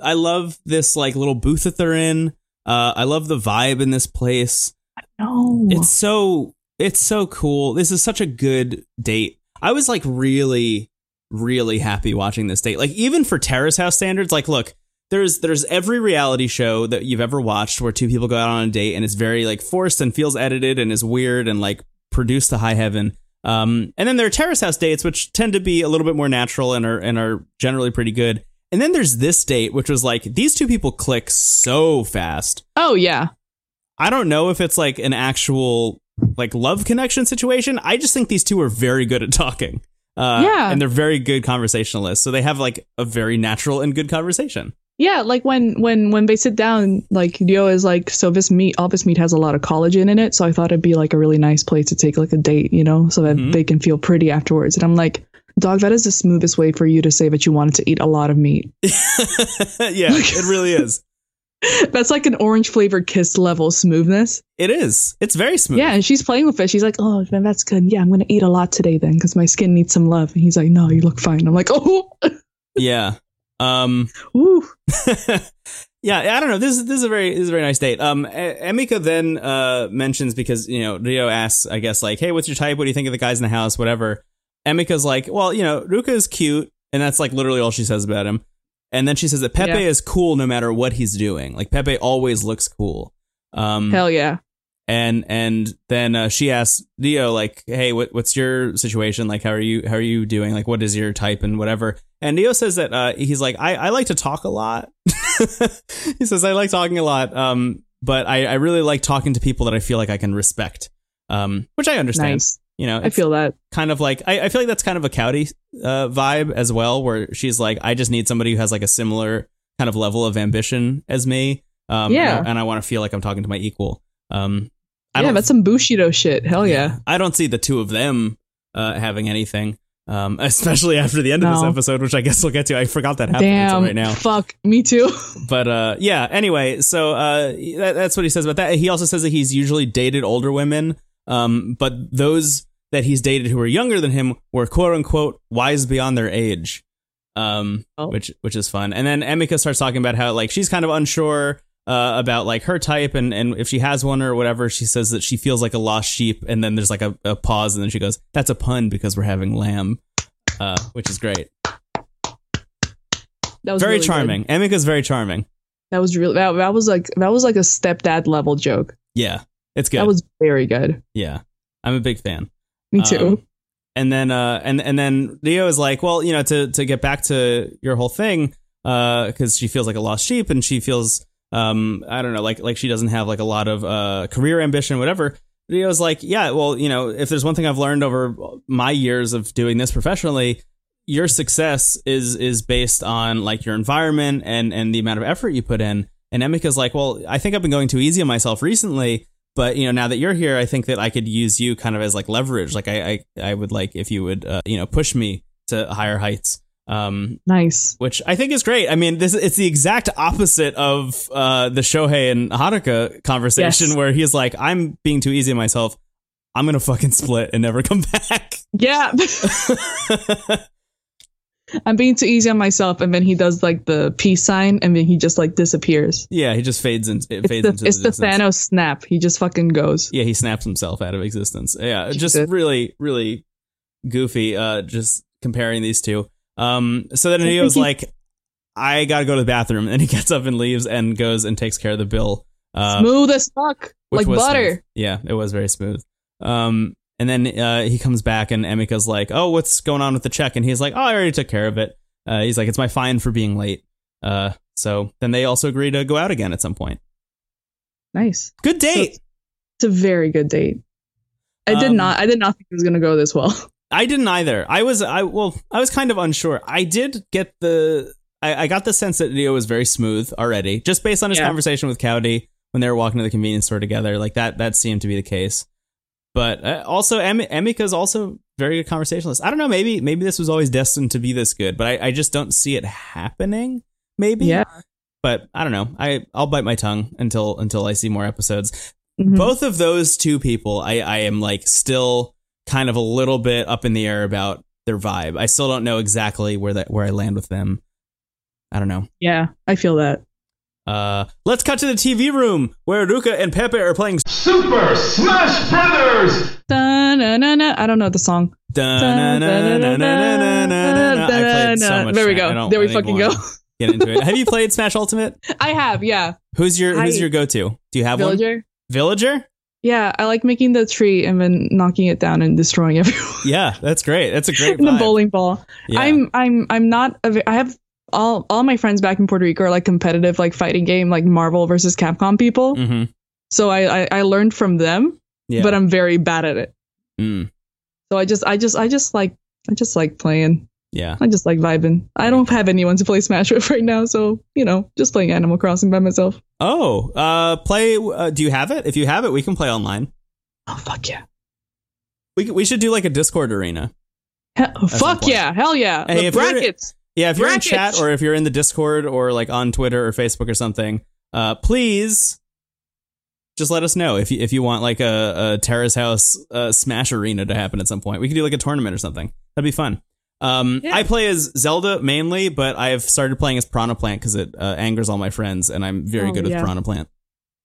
S2: I love this like little booth that they're in. Uh I love the vibe in this place.
S3: no.
S2: It's so it's so cool. This is such a good date. I was like really really happy watching this date. Like even for Terrace House standards, like look, there's there's every reality show that you've ever watched where two people go out on a date and it's very like forced and feels edited and is weird and like produced to high heaven. Um, and then there are terrace house dates, which tend to be a little bit more natural and are and are generally pretty good. And then there's this date, which was like these two people click so fast.
S3: oh yeah.
S2: I don't know if it's like an actual like love connection situation. I just think these two are very good at talking. Uh,
S3: Yeah.
S2: and they're very good conversationalists, so they have like a very natural and good conversation.
S3: Yeah, like when when when they sit down, like Yo is like, so this meat, all this meat has a lot of collagen in it, so I thought it'd be like a really nice place to take like a date, you know, so that
S2: Mhm.
S3: they can feel pretty afterwards. And I'm like, dog, that is the smoothest way for you to say that you wanted to eat a lot of meat.
S2: yeah, it really is.
S3: That's like an orange flavored kiss level smoothness.
S2: It is. It's very smooth.
S3: Yeah, and she's playing with it. She's like, "Oh, man, that's good. Yeah, I'm gonna eat a lot today then, because my skin needs some love." And he's like, "No, you look fine." I'm like, "Oh,
S2: Yeah. Um
S3: ooh,
S2: yeah, I don't know. This is this is a very this is a very nice date. Um, E- Emika then uh mentions because you know Rio asks, I guess, like, hey, what's your type? What do you think of the guys in the house? Whatever. Emika's like, well, you know, Ruka is cute, and that's like literally all she says about him. And then she says that Pepe
S3: Yeah.
S2: is cool no matter what he's doing. Like Pepe always looks cool. Um,
S3: hell yeah."
S2: and and then uh, she asks Dio like, "Hey, what what's your situation? Like, how are you how are you doing? Like, what is your type and whatever?" And Dio says that uh, he's like, I, "I like to talk a lot." he says, "I like talking a lot, um, but I, I really like talking to people that I feel like I can respect, um, which I understand.
S3: Nice.
S2: You know,
S3: I
S2: it's
S3: feel that.
S2: kind of like I, I feel like that's kind of a Cowdy uh, vibe as well, where she's like, I just need somebody who has like a similar kind of level of ambition as me. Um,
S3: Yeah.
S2: and I, want to feel like I'm talking to my equal. Um, I
S3: Yeah,
S2: don't,
S3: that's some Bushido shit. Hell yeah.
S2: I don't see the two of them uh, having anything. Um, especially after the end of this
S3: No.
S2: episode, which I guess we'll get to. I forgot that happened until
S3: Damn.
S2: right now.
S3: Fuck. Me too.
S2: But uh, yeah, anyway, so uh, that, that's what he says about that. He also says that he's usually dated older women, um, but those that he's dated who are younger than him were quote unquote wise beyond their age, um,
S3: Oh.
S2: which which is fun. And then Emika starts talking about how like she's kind of unsure uh, about like her type and and if she has one or whatever. She says that she feels like a lost sheep, and then there's like a, a pause, and then she goes, "That's a pun because we're having lamb," uh, which is great.
S3: That was
S2: Very
S3: really good.
S2: charming. Emika's very charming.
S3: That was really that, that was like that was like a stepdad level joke.
S2: Yeah, it's good.
S3: That was very good.
S2: Yeah, I'm a big fan.
S3: Me too.
S2: Um, and then, uh, and and then Leo is like, well, you know, to to get back to your whole thing, because she feels like a lost sheep, and she feels, um, I don't know, like like she doesn't have like a lot of uh career ambition, whatever. Leo's like, yeah, well, you know, if there's one thing I've learned over my years of doing this professionally, your success is is based on like your environment and and the amount of effort you put in. And Emika's like, well, I think I've been going too easy on myself recently, but you know, now that you're here, I think that I could use you kind of as like leverage. Like I I, I would like if you would uh, you know push me to higher heights. Um,
S3: nice.
S2: which I think is great. I mean, this it's the exact opposite of uh, the Shohei and Haruka conversation
S3: Yes.
S2: where he's like, "I'm being too easy on myself. I'm gonna fucking split and never come back."
S3: Yeah. I'm being too easy on myself, and then he does like the peace sign, and then he just like disappears.
S2: yeah, he just fades and it
S3: It's
S2: fades
S3: the,
S2: into
S3: it's
S2: the
S3: the
S2: distance.
S3: Thanos snap. He just fucking goes.
S2: Yeah, he snaps himself out of existence. Yeah, just
S3: Jesus.
S2: really, really goofy. Uh, just comparing these two. Um, so then
S3: I think
S2: Neo's
S3: he-
S2: like, "I gotta go to the bathroom," and he gets up and leaves and goes and takes care of the bill. Uh,
S3: smooth as fuck,
S2: which
S3: like
S2: was
S3: butter.
S2: smooth. Yeah, it was very smooth. Um, and then uh, he comes back, and Emika's like, "Oh, what's going on with the check?" And he's like, "Oh, I already took care of it." Uh, he's like, "It's my fine for being late." Uh, so then they also agree to go out again at some point.
S3: Nice.
S2: Good date.
S3: It's a very good date. I did
S2: Um,
S3: not. I did not think it was gonna go this well.
S2: I didn't either. I was I well, I was kind of unsure. I did get the I, I got the sense that Leo was very smooth already, just based on his
S3: Yeah.
S2: conversation with Cowdy when they were walking to the convenience store together. Like that that seemed to be the case. But uh, also, em- Emika's also very good conversationalist. I don't know. Maybe maybe this was always destined to be this good, but I, I just don't see it happening. Maybe.
S3: Yeah.
S2: But I don't know. I I'll bite my tongue until until I see more episodes
S3: Mhm.
S2: both of those two people I, I am like still kind of a little bit up in the air about their vibe i still don't know exactly where that where i land with them i don't know
S3: yeah, I feel that.
S2: uh let's cut to the tv room where ruka and pepe are playing
S4: Super Smash Brothers!
S3: Da-na-na-na. I don't know the song.
S2: Da-na-na-na-na-na-na-na. I played so much
S3: There we
S2: Smash. I
S3: go.
S2: don't-
S3: There we
S2: I don't
S3: fucking
S2: even
S3: go.
S2: wanna get into it have you played smash ultimate
S3: I have. Yeah,
S2: who's your who's
S3: I-
S2: your go-to do you have one
S3: villager.
S2: villager
S3: Yeah, I like making the tree and then knocking it down and destroying everyone.
S2: yeah that's great that's a great
S3: And the
S2: vibe.
S3: bowling ball.
S2: Yeah.
S3: I'm I'm I'm not. A, i am i am i am not I have all all my friends back in Puerto Rico are like competitive like fighting game like Marvel versus Capcom people.
S2: Mhm.
S3: So I, I I learned from them,
S2: yeah
S3: but I'm very bad at it.
S2: Mm.
S3: So I just I just I just like I just like playing.
S2: Yeah.
S3: I just like vibing. I don't have anyone to play Smash with right now, so you know, just playing Animal Crossing by myself.
S2: Oh, uh, play. Uh, do you have it? If you have it, we can play online.
S3: Oh fuck yeah!
S2: We c- we should do like a Discord arena.
S3: Hell,
S2: some
S3: oh, fuck
S2: point.
S3: yeah! Hell yeah!
S2: Hey,
S3: the
S2: if you're-
S3: brackets.
S2: Yeah, if you're
S3: Brackets.
S2: in chat or if you're in the Discord or like on Twitter or Facebook or something, uh, please just let us know if you, if you want like a, a Terrace House uh, Smash Arena to happen at some point. We could do like a tournament or something. That'd be fun. Um,
S3: Yeah.
S2: I play as Zelda mainly, but I've started playing as Piranha Plant because it uh, angers all my friends, and I'm very
S3: Oh,
S2: good with
S3: yeah.
S2: Piranha Plant.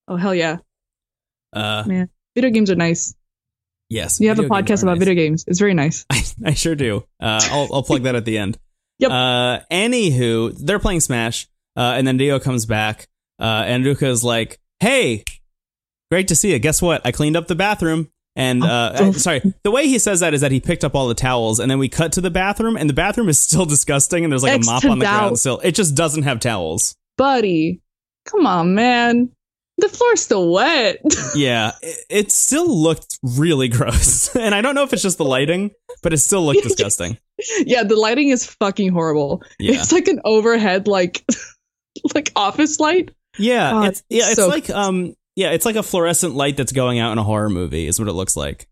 S3: Oh hell yeah!
S2: Uh,
S3: Video games are nice.
S2: yes,
S3: You have a
S2: video games
S3: podcast
S2: are
S3: about
S2: nice.
S3: video games. It's very nice.
S2: I sure do. Uh, I'll, I'll plug that at the end.
S3: Yep.
S2: Uh, anywho, they're playing Smash, uh, and then Dio comes back, uh, and Ruka's like, "Hey, great to see you. Guess what? I cleaned up the bathroom." And uh,
S3: Oh.
S2: I- sorry, the way he says that is that he picked up all the towels, and then we cut to the bathroom, and the bathroom is still disgusting, and there's like
S3: It's
S2: a mop
S3: to
S2: on the ground
S3: doubt.
S2: still. It just doesn't have towels.
S3: buddy, come on, man. The floor's still wet.
S2: Yeah, it, it still looked really gross, and I don't know if it's just the lighting, but it still looked disgusting.
S3: yeah, the lighting is fucking horrible.
S2: Yeah.
S3: It's like an overhead, like, like office light.
S2: Yeah,
S3: God,
S2: it's yeah, it's
S3: so
S2: like um yeah, it's like a fluorescent light that's going out in a horror movie is what it looks like.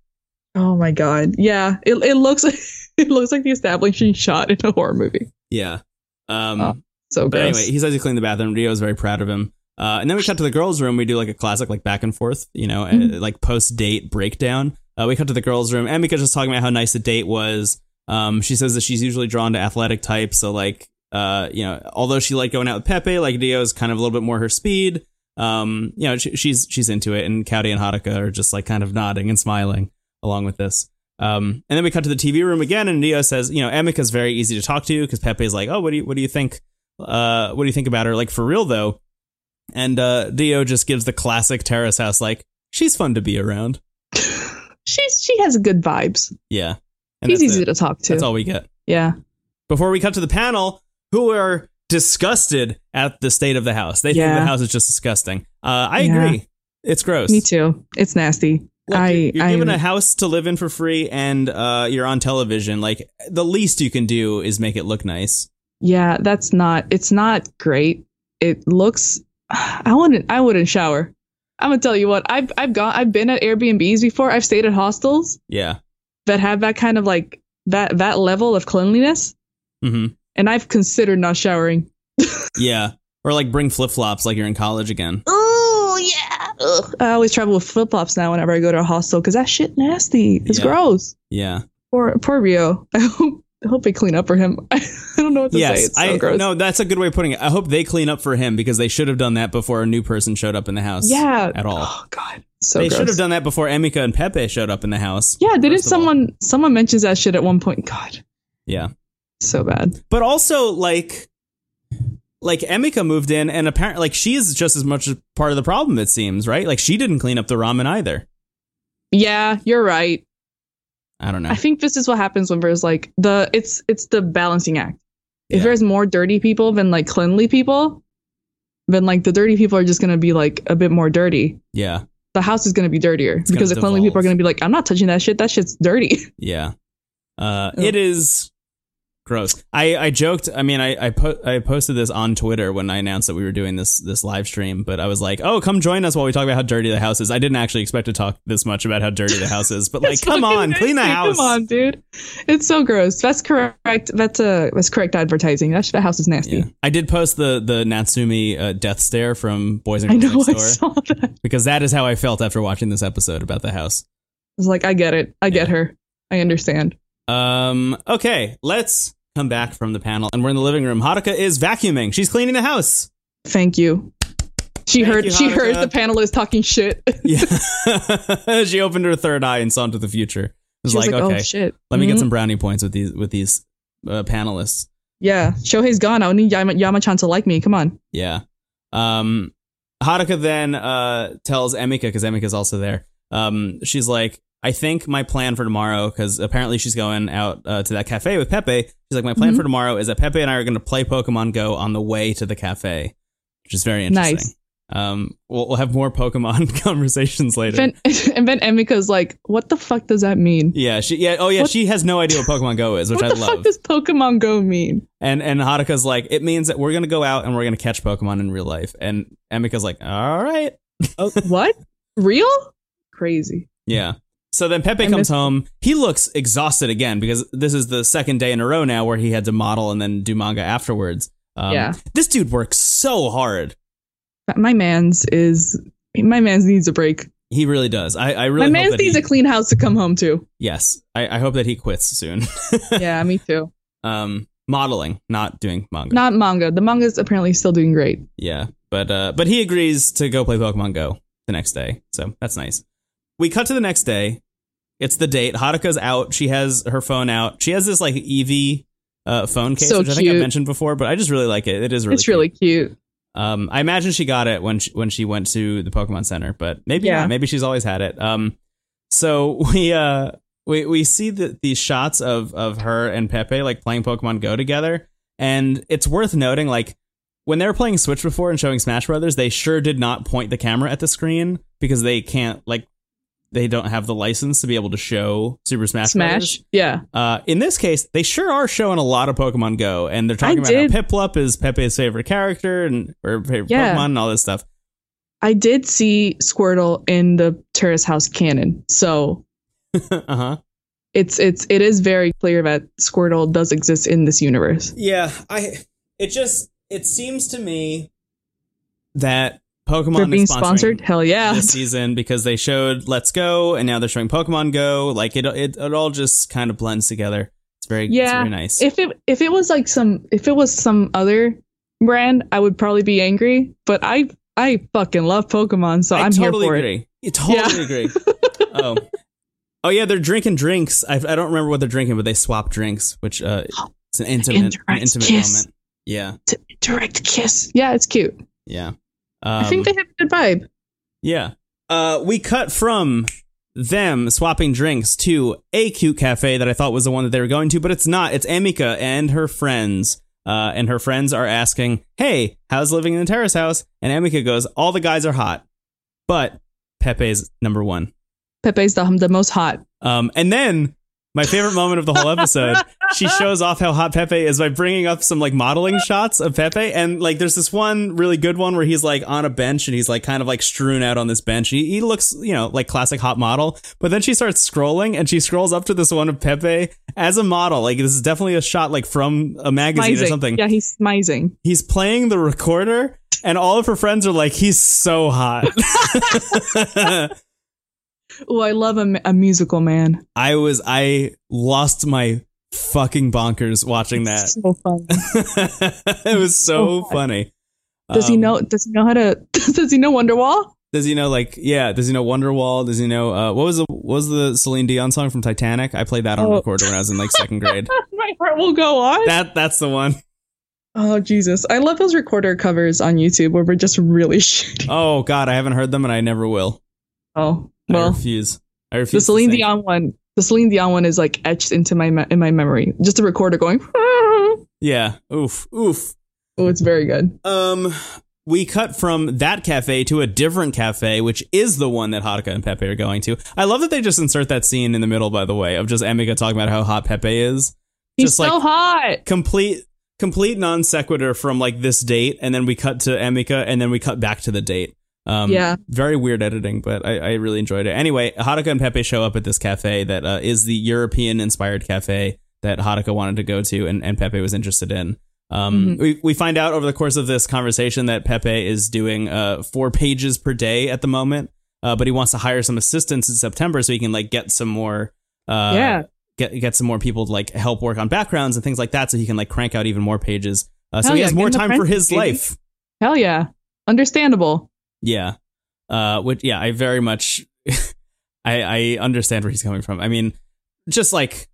S3: Oh my god. Yeah, it it looks it looks like the establishing shot in a horror movie.
S2: Yeah. Um
S3: Oh, So
S2: but
S3: gross.
S2: anyway, he says he cleaned the bathroom. Rio's very proud of him. Uh, and then we cut to the girls' room. We do like a classic like back and forth, you know, uh,
S3: Mhm.
S2: like post date breakdown. Uh, we cut to the girls' room. and Emika's just talking about how nice the date was. Um, she says that she's usually drawn to athletic types, so like uh, you know, although she liked going out with Pepe, like Dio is kind of a little bit more her speed. Um, you know, she, she's she's into it, and Cowdy and Haruka are just like kind of nodding and smiling along with this. Um, and then we cut to the TV room again, and Dio says, you know, Emika's very easy to talk to because Pepe's like, oh, what do you what do you think? Uh, what do you think about her? Like for real though. And uh, Dio just gives the classic terrace house like she's fun to be around.
S3: She's she has good vibes.
S2: Yeah, and
S3: She's
S2: that's
S3: easy
S2: it.
S3: to talk to.
S2: That's all we get.
S3: Yeah.
S2: before we cut to the panel, who are disgusted at the state of the house. They think
S3: Yeah.
S2: the house is just disgusting. Uh, I
S3: Yeah.
S2: agree. It's gross.
S3: Me too. It's nasty.
S2: Look,
S3: I
S2: you're, you're
S3: I
S2: given a house to live in for free, and uh, you're on television. Like the least you can do is make it look nice.
S3: yeah, that's not it's not great. It looks I wouldn't I wouldn't shower. I'm gonna tell you what, I've I've gone I've been at Airbnbs before, I've stayed at hostels
S2: Yeah.
S3: that have that kind of like that that level of cleanliness,
S2: hmm
S3: and I've considered not showering.
S2: Yeah. Or like bring flip flops like you're in college again.
S3: Oh yeah. Ugh. I always travel with flip flops now whenever I go to a hostel because that shit nasty. It's
S2: Yeah.
S3: gross.
S2: Yeah.
S3: Poor poor Rio. I hope I hope they clean up for him. I don't know what to say.
S2: Yes.
S3: It's so
S2: I
S3: gross.
S2: no. That's a good way of putting it. I hope they clean up for him because they should have done that before a new person showed up in the house.
S3: yeah.
S2: At all.
S3: Oh god. So
S2: they should
S3: gross.
S2: have done that before Emika and Pepe showed up in the house.
S3: Yeah, didn't
S2: first of all.
S3: someone someone mentions that shit at one point? God,
S2: Yeah.
S3: so bad.
S2: but also like like Emika moved in and apparently like she is just as much a part of the problem it seems right like she didn't clean up the ramen either
S3: Yeah, you're right.
S2: I don't know
S3: I think this is what happens when there's like the it's it's the balancing act. If
S2: Yeah.
S3: there's more dirty people than like cleanly people, then like the dirty people are just gonna be like a bit more dirty.
S2: yeah
S3: The house is gonna be dirtier
S2: gonna
S3: because the cleanly people are
S2: devolve.
S3: gonna be like, I'm not touching that shit. That shit's dirty.
S2: yeah uh
S3: Ugh.
S2: it is gross I I joked I mean I I, po- I posted this on Twitter when I announced that we were doing this this live stream but I was like oh come join us while we talk about how dirty the house is I didn't actually expect to talk this much about how dirty the house is but like
S3: It's
S2: come
S3: fucking
S2: on clean the
S3: nasty.
S2: house
S3: Come on, dude. It's so gross. That's correct. That's uh that's correct advertising. That, sh- that house is nasty.
S2: yeah. I did post the the Natsumi uh, death stare from Boys and
S3: I
S2: Girls
S3: know.
S2: Next
S3: I
S2: Door.
S3: saw that. I
S2: because that is how I felt after watching this episode about the house.
S3: was like, I get it. I get her. I understand.
S2: Um, okay, let's come back from the panel, and we're in the living room. Haruka is vacuuming; she's cleaning the house.
S3: Thank you. She
S2: Thank
S3: heard
S2: you,
S3: she heard
S2: Hanukkah.
S3: the panelist talking shit.
S2: Yeah, she opened her third eye and saw into the future. It was,
S3: She was
S2: like, okay,
S3: oh shit.
S2: let me get
S3: Mhm.
S2: some brownie points with these with these uh, panelists.
S3: Yeah, Shohei's gone. I need Yama, Yamachan to like me. Come on.
S2: Yeah. Um, Haruka then uh, tells Emika, because Emika's also there, um, she's like, I think my plan for tomorrow, because apparently she's going out uh, to that cafe with Pepe. She's like, my plan
S3: Mhm.
S2: for tomorrow is that Pepe and I are going to play Pokemon Go on the way to the cafe, which is very interesting.
S3: Nice.
S2: Um, we'll, we'll have more Pokemon conversations later.
S3: Ben, and then Emika's like, "What the fuck does that mean?
S2: yeah, she yeah oh yeah
S3: What-
S2: she has no idea what Pokemon Go is, which
S3: what
S2: I
S3: the
S2: love.
S3: fuck does Pokemon Go mean?"
S2: and and Haruka's like it means that we're gonna go out and we're gonna catch Pokemon in real life. And Emika's like all right,
S3: what? Real? Crazy.
S2: Yeah. So then Pepe
S3: I
S2: comes
S3: miss-
S2: home. He looks exhausted again because this is the second day in a row now where he had to model and then do manga afterwards. Um,
S3: Yeah.
S2: This dude works so hard.
S3: My man's is my man's needs a break.
S2: He really does. I, I really
S3: my
S2: hope
S3: man's
S2: that he,
S3: needs a clean house to come home to.
S2: yes. I, I hope that he quits soon.
S3: yeah, me too.
S2: um, modeling, not doing manga.
S3: Not manga. The manga's apparently still doing great.
S2: Yeah, but uh, but he agrees to go play Pokemon Go the next day, so that's nice. We cut to the next day. It's the date. Haruka's out. She has her phone out. She has this like Eevee uh, phone case,
S3: So
S2: which I think I
S3: cute.
S2: mentioned before, but I just really like it. It is really
S3: it's really
S2: cute.
S3: cute.
S2: Um, I imagine she got it when she, when she went to the Pokemon Center, but maybe
S3: Yeah.
S2: not. Maybe she's always had it. Um, so we uh we we see the, these shots of of her and Pepe like playing Pokemon Go together, and it's worth noting like when they were playing Switch before and showing Smash Brothers, they sure did not point the camera at the screen because they can't like they don't have the license to be able to show Super Smash.
S3: Smash.
S2: Brothers.
S3: Yeah.
S2: Uh, in this case, they sure are showing a lot of Pokemon Go, and they're talking about
S3: I did-
S2: how Piplup is Pepe's favorite character and or favorite
S3: Yeah.
S2: Pokemon and all this stuff.
S3: I did see Squirtle in the Terrace House canon. So
S2: uh huh.
S3: it's it's it is very clear that Squirtle does exist in this universe.
S2: Yeah, I. It just it seems to me that
S3: They're
S2: Pokemon
S3: being
S2: is sponsoring
S3: sponsored. Hell yeah.
S2: this season because they showed Let's Go and now they're showing Pokemon Go. Like it, it, it all just kind of blends together. It's very, it's
S3: Yeah.
S2: very nice.
S3: If it if it was like some if it was some other brand, I would probably be angry. But I I fucking love Pokemon, so
S2: I
S3: am
S2: totally
S3: here for it.
S2: agree. You totally agree. oh, oh yeah, they're drinking drinks. I, I don't remember what they're drinking, but they swap drinks, which uh, it's an intimate, an
S3: Indirect
S2: intimate
S3: kiss.
S2: moment. Yeah,
S3: Direct kiss. Yeah, it's cute.
S2: yeah. Um,
S3: I think they have a good vibe.
S2: Yeah. Uh, we cut from them swapping drinks to a cute cafe that I thought was the one that they were going to, but it's not. It's Amika and her friends. Uh, and her friends are asking, Hey, how's living in the terrace house? And Amika goes, All the guys are hot, but Pepe's number one.
S3: Pepe's the, the most hot.
S2: Um, and then my favorite moment of the whole episode, she shows off how hot Pepe is by bringing up some like modeling shots of Pepe. And like, there's this one really good one where he's like on a bench and he's like kind of like strewn out on this bench. He, he looks, you know, like classic hot model. But then she starts scrolling and she scrolls up to this one of Pepe as a model. Like, this is definitely a shot like from a magazine or
S3: Mising.
S2: something.
S3: Yeah, he's mising.
S2: He's playing the recorder and all of her friends are like, he's so hot.
S3: Oh, I love a, m- a musical man.
S2: I was, I lost my fucking bonkers watching that.
S3: So fun.
S2: it was so
S3: So
S2: funny.
S3: Oh, Does he
S2: Um,
S3: know? Does he know how to? Does he know Wonderwall?
S2: Does he know like yeah? Does he know Wonderwall? Does he know uh, what was the what was the Celine Dion song from Titanic? I played that on
S3: Oh.
S2: recorder when I was in like second grade.
S3: My heart will go on.
S2: that that's the one.
S3: oh Jesus! I love those recorder covers on YouTube where we're just really shitty.
S2: Oh God, I haven't heard them and I never will.
S3: Oh
S2: I
S3: well,
S2: refuse. I refuse. to
S3: the Celine
S2: think.
S3: Dion one. The Celine Dion one is like etched into my me- in my memory. Just the recorder going.
S2: Yeah. Oof. Oof.
S3: Oh, it's very good.
S2: Um, we cut from that cafe to a different cafe, which is the one that Haruka and Pepe are going to. I love that they just insert that scene in the middle, by the way, of just Emika talking about how hot Pepe is.
S3: He's
S2: Just
S3: so
S2: like-
S3: hot.
S2: complete complete non sequitur from like this date and then we cut to Emika and then we cut back to the date. Um,
S3: Yeah.
S2: Very weird editing, but I, I really enjoyed it. Anyway, Haruka and Pepe show up at this cafe that uh, is the European inspired cafe that Haruka wanted to go to and, and Pepe was interested in. Um,
S3: Mm-hmm.
S2: we, we find out over the course of this conversation that Pepe is doing uh, four pages per day at the moment, uh, but he wants to hire some assistants in September so he can like get some more uh,
S3: yeah.
S2: get get some more people to like help work on backgrounds and things like that, so he can like crank out even more pages. Uh, so
S3: Hell
S2: he
S3: yeah,
S2: has
S3: get
S2: more
S3: in the
S2: time for his
S3: apprentice, baby.
S2: life.
S3: Hell yeah. Understandable.
S2: Yeah, uh, which yeah, I very much I I understand where he's coming from. I mean, just like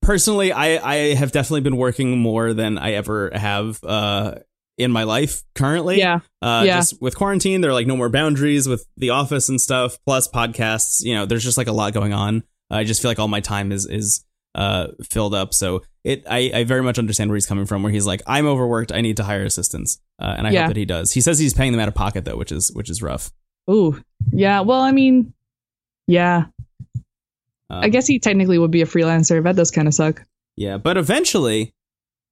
S2: personally, I I have definitely been working more than I ever have uh, in my life currently.
S3: Yeah.
S2: Uh,
S3: Yeah.
S2: Just with quarantine, there are like no more boundaries with the office and stuff. Plus podcasts, you know, there's just like a lot going on. I just feel like all my time is is uh, filled up. So it, I, I very much understand where he's coming from, where he's like, I'm overworked. I need to hire assistants, uh, and I
S3: Yeah.
S2: hope that he does. He says he's paying them out of pocket though, which is which is rough.
S3: Ooh. Yeah. Well, I mean, yeah.
S2: Um,
S3: I guess he technically would be a freelancer. That does kind of suck.
S2: Yeah, but eventually,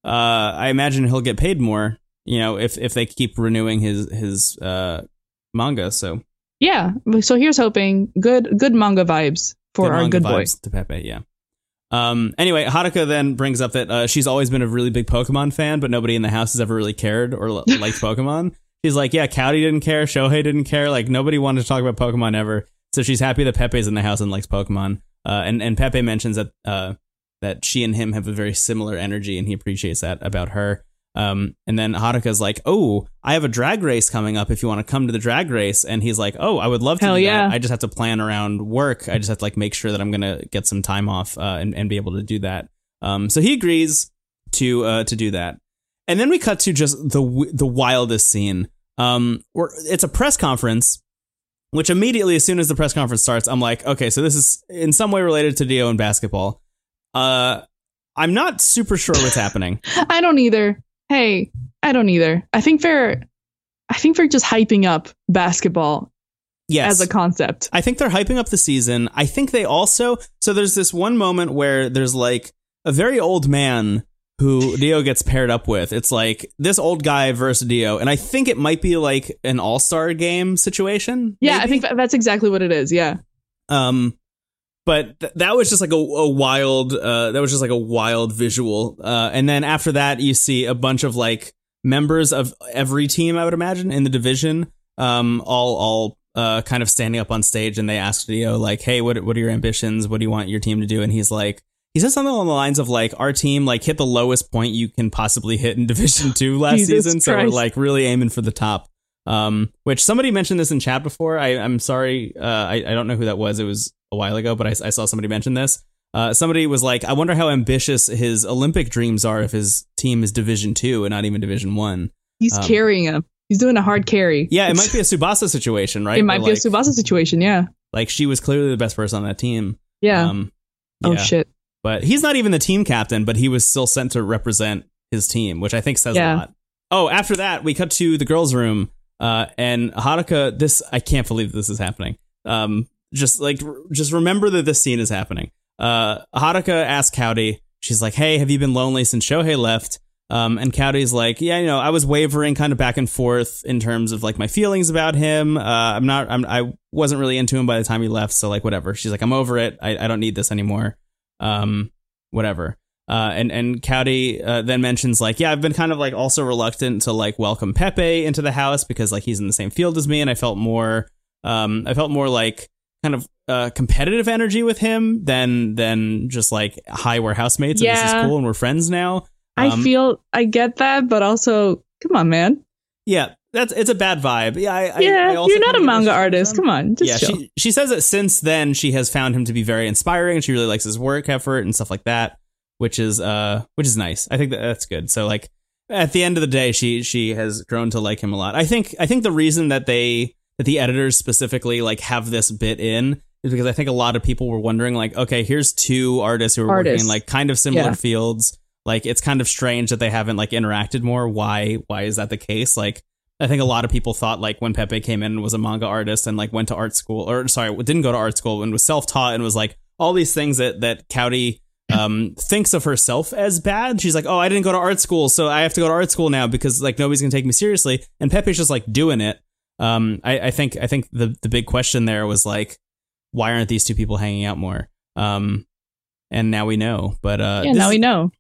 S2: uh, I imagine he'll get paid more. You know, if if they keep renewing his his uh, manga, so
S3: Yeah. So here's hoping good good manga vibes for our
S2: manga
S3: good boy.
S2: vibes to Pepe, yeah. Um. Anyway, Haruka then brings up that uh, she's always been a really big Pokemon fan, but nobody in the house has ever really cared or l- liked Pokemon. She's like, yeah, Cowdy didn't care, Shohei didn't care, like nobody wanted to talk about Pokemon ever. So she's happy that Pepe's in the house and likes Pokemon. Uh, and and Pepe mentions that uh that she and him have a very similar energy, and he appreciates that about her. Um, and then Haruka's like, "Oh, I have a drag race coming up. If you want to come to the drag race," and he's like, "Oh, I would love to.
S3: Hell
S2: do
S3: yeah.
S2: That. I just have to plan around work. I just have to like make sure that I'm gonna get some time off uh, and and be able to do that." Um, so he agrees to uh, to do that. And then we cut to just the w- the wildest scene. Um, where it's a press conference, which immediately, as soon as the press conference starts, I'm like, okay, so this is in some way related to Dio and basketball. Uh, I'm not super sure what's happening.
S3: I don't either. Hey, I don't either. I think they're I think they're just hyping up basketball
S2: Yes,
S3: as a concept.
S2: I think they're hyping up the season. I think they also so there's this one moment where there's like a very old man who Dio gets paired up with. It's like this old guy versus Dio, and I think it might be like an all star game situation.
S3: Yeah, I
S2: maybe?
S3: think tha- that's exactly what it is. Yeah.
S2: Um, but th- that was just like a, a wild. Uh, that was just like a wild visual. Uh, and then after that, you see a bunch of like members of every team, I would imagine, in the division. Um, all all uh, kind of standing up on stage, and they ask Dio like, "Hey, what what are your ambitions? What do you want your team to do?" And he's like. He says something along the lines of like our team like hit the lowest point you can possibly hit in Division Two last
S3: Jesus
S2: season, so we're
S3: Christ.
S2: like really aiming for the top. Um, which somebody mentioned this in chat before. I, I'm sorry, uh, I, I don't know who that was. It was a while ago, but I, I saw somebody mention this. Uh, somebody was like, "I wonder how ambitious his Olympic dreams are if his team is Division Two and not even Division One."
S3: He's
S2: Um,
S3: carrying him. He's doing a hard carry.
S2: Yeah, it might be a Subasa situation, right?
S3: It might
S2: Where,
S3: be a
S2: like-
S3: Subasa situation, yeah.
S2: Like she was clearly the best person on that team.
S3: Yeah.
S2: Um,
S3: oh
S2: yeah.
S3: shit.
S2: But he's not even the team captain, but he was still sent to represent his team, which I think says
S3: Yeah.
S2: a lot. Oh, after that, we cut to the girls' room, uh, and Haruka. This I can't believe this is happening. Um, just like r- just remember that this scene is happening. Uh, Haruka asks Cowdy. She's like, "Hey, have you been lonely since Shohei left?" Um, and Cowdy's like, "Yeah, you know, I was wavering, kind of back and forth in terms of like my feelings about him. Uh, I'm not, I'm, I wasn't really into him by the time he left, so like whatever." She's like, "I'm over it. I, I don't need this anymore." um, whatever. Uh, and and Cowdy uh, then mentions like, yeah, I've been kind of like also reluctant to like welcome Pepe into the house because like he's in the same field as me, and I felt more, um, I felt more like kind of uh, competitive energy with him than than just like hi, we're housemates, and this is
S3: Yeah.
S2: cool, and we're friends now.
S3: I
S2: Um,
S3: feel I get that, but also come on, man.
S2: yeah, that's it's a bad vibe. Yeah, I, I,
S3: yeah,
S2: I also
S3: you're not
S2: kinda get
S3: a
S2: where
S3: manga
S2: she's
S3: artist.
S2: from.
S3: Come on, just
S2: yeah,
S3: chill.
S2: she, she says that since then she has found him to be very inspiring and she really likes his work effort and stuff like that, which is uh which is nice. I think that that's good. So like at the end of the day, she she has grown to like him a lot. I think I think the reason that they that the editors specifically like have this bit in is because I think a lot of people were wondering like, okay, here's two artists who are working in
S3: Artists.
S2: like kind of similar
S3: Yeah.
S2: fields. Like it's kind of strange that they haven't like interacted more. Why why is that the case? Like I think a lot of people thought like when Pepe came in and was a manga artist and like went to art school or sorry, didn't go to art school and was self taught and was like all these things that that Cowdy um thinks of herself as bad. She's like, oh, I didn't go to art school, so I have to go to art school now because like nobody's gonna take me seriously. And Pepe's just like doing it. Um, I, I think I think the the big question there was like, why aren't these two people hanging out more? Um, and now we know. But uh,
S3: yeah,
S2: this
S3: now
S2: is-
S3: we know.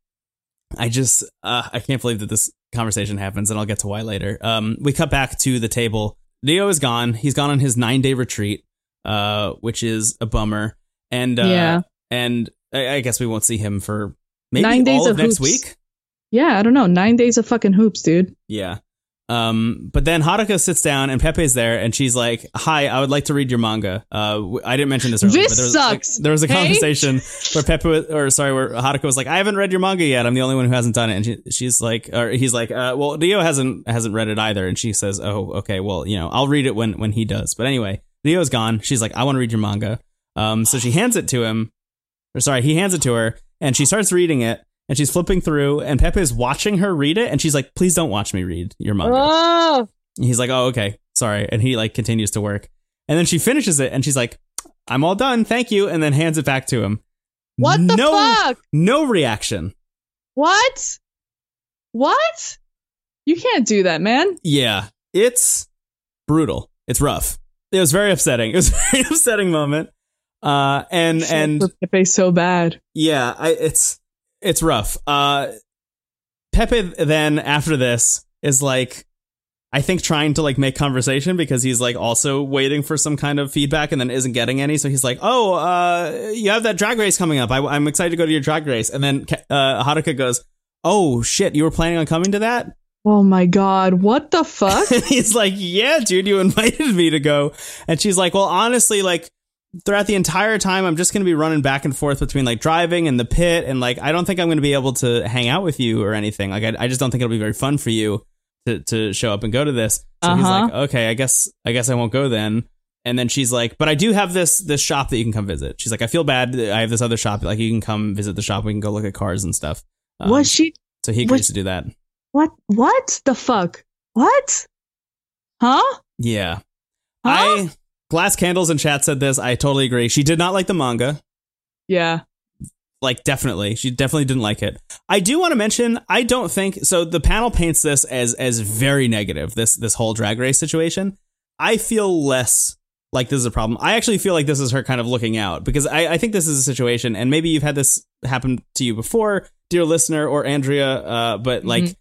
S2: I just uh, I can't believe that this conversation happens, and I'll get to why later. Um, we cut back to the table. Neo is gone. He's gone on his nine day retreat, uh, which is a bummer. And uh,
S3: Yeah.
S2: and I, I guess we won't see him for maybe
S3: Nine
S2: all
S3: days
S2: of
S3: of
S2: next
S3: hoops.
S2: week.
S3: Yeah, I don't know. Nine days of fucking hoops, dude.
S2: Yeah. Um, but then Haruka sits down and Pepe's there, and she's like, "Hi, I would like to read your manga." Uh, w- I didn't mention this earlier.
S3: This
S2: but there was,
S3: sucks.
S2: there was a
S3: Hey?
S2: conversation where Pepe, was, or sorry, where Haruka was like, "I haven't read your manga yet. I'm the only one who hasn't done it." And she, she's like, or he's like, uh, "Well, Dio hasn't hasn't read it either." And she says, "Oh, okay. Well, you know, I'll read it when when he does." But anyway, Dio's gone. She's like, "I want to read your manga." Um, so she hands it to him, or sorry, he hands it to her, and she starts reading it and she's flipping through and Pepe's watching her read it and she's like, please don't watch me read your manga.
S3: Oh,
S2: And he's like, oh, okay, sorry. And he like continues to work. And then she finishes it and she's like, I'm all done. Thank you. And then hands it back to him.
S3: what the
S2: no,
S3: fuck?
S2: No reaction.
S3: What? What? You can't do that, man.
S2: Yeah. It's brutal. It's rough. It was very upsetting. It was a very upsetting moment. Uh, and,
S3: Shit
S2: and
S3: for Pepe so bad.
S2: yeah, I, it's it's rough. Uh, Pepe then after this is like, I think trying to like make conversation because he's like also waiting for some kind of feedback and then isn't getting any. So he's like, "Oh, uh, you have that drag race coming up. I, I'm excited to go to your drag race." And then Ca- uh, Haruka goes, "Oh shit, you were planning on coming to that?"
S3: Oh my god, what the fuck?
S2: And he's like, "Yeah, dude, you invited me to go." And she's like, "Well, honestly, like throughout the entire time, I'm just going to be running back and forth between like driving and the pit, and like I don't think I'm going to be able to hang out with you or anything. Like I, I just don't think it'll be very fun for you to to show up and go to this." So he's
S3: Uh-huh.
S2: like, "Okay, I guess I guess I won't go then." And then she's like, "But I do have this this shop that you can come visit." She's like, "I feel bad. that I have this other shop. Like you can come visit the shop. We can go look at cars and stuff." Um,
S3: what she
S2: so he
S3: what-
S2: agrees to do that.
S3: what what the fuck? What? Huh?
S2: Yeah.
S3: Huh?
S2: I Glass Candles in chat said this. I totally agree. She did not like the manga.
S3: yeah.
S2: Like definitely. She definitely didn't like it. I do want to mention I don't think so the panel paints this as as very negative, this this whole drag race situation. I feel less like this is a problem. I actually feel like this is her kind of looking out because I, I think this is a situation, and maybe you've had this happen to you before, dear listener or Andrea, uh, but like
S3: Mhm.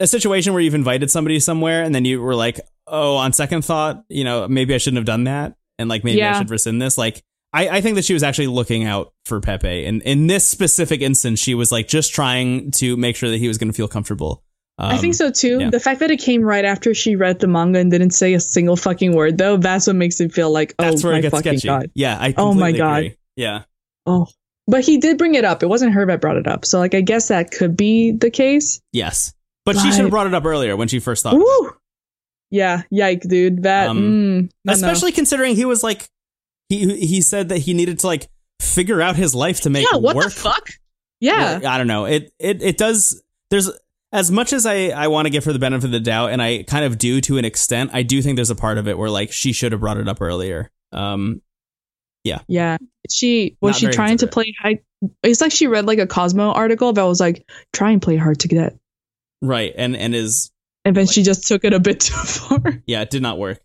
S2: a situation where you've invited somebody somewhere and then you were like, oh, on second thought, you know, maybe I shouldn't have done that. And like, maybe I
S3: Yeah.
S2: should rescind this. Like, I, I think that she was actually looking out for Pepe. And in this specific instance, she was like just trying to make sure that he was going to feel comfortable. Um,
S3: I think so too.
S2: yeah.
S3: The fact that it came right after she read the manga and didn't say a single fucking word though, that's what makes it feel like oh
S2: That's where
S3: my
S2: it gets
S3: fucking
S2: sketchy.
S3: god.
S2: Yeah. I
S3: Oh my
S2: completely
S3: God.
S2: agree. Yeah.
S3: Oh. But he did bring it up. It wasn't her that brought it up. So like I guess that could be the case.
S2: Yes. But she should have
S3: Right.
S2: brought it up earlier when she first thought.
S3: Woo! Yeah, yike, dude. That
S2: Um,
S3: mm, no, no.
S2: Especially considering he was like he he said that he needed to like figure out his life to make
S3: yeah, what
S2: work.
S3: the fuck? Yeah.
S2: I don't know. It it it does there's as much as I, I want to give her the benefit of the doubt, and I kind of do to an extent, I do think there's a part of it where like she should have brought it up earlier. Um
S3: Yeah. She was
S2: Not
S3: she
S2: very
S3: trying to
S2: considerate.
S3: play high it's like she read like a Cosmo article that was like, try and play hard to get.
S2: right, and and is
S3: And then she just took it a bit too far.
S2: yeah, it did not work.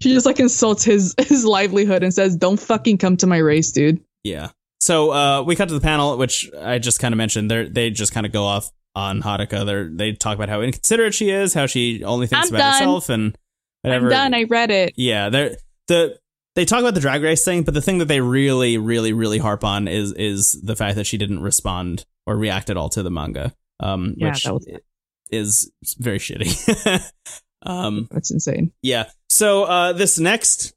S3: She just like insults his his livelihood and says, Don't fucking come to my race, dude.
S2: Yeah. So uh, we cut to the panel, which I just kind of mentioned. They they just kind of go off on Haruka. They they talk about how inconsiderate she is, how she only thinks
S3: I'm
S2: about
S3: done.
S2: herself, and whatever.
S3: I'm done, I read it.
S2: yeah, they're the they talk about the drag race thing, but the thing that they really, really, really harp on is is the fact that she didn't respond or react at all to the manga, um,
S3: Yeah,
S2: which
S3: that was-
S2: is very shitty. um,
S3: That's insane.
S2: yeah. So uh, this next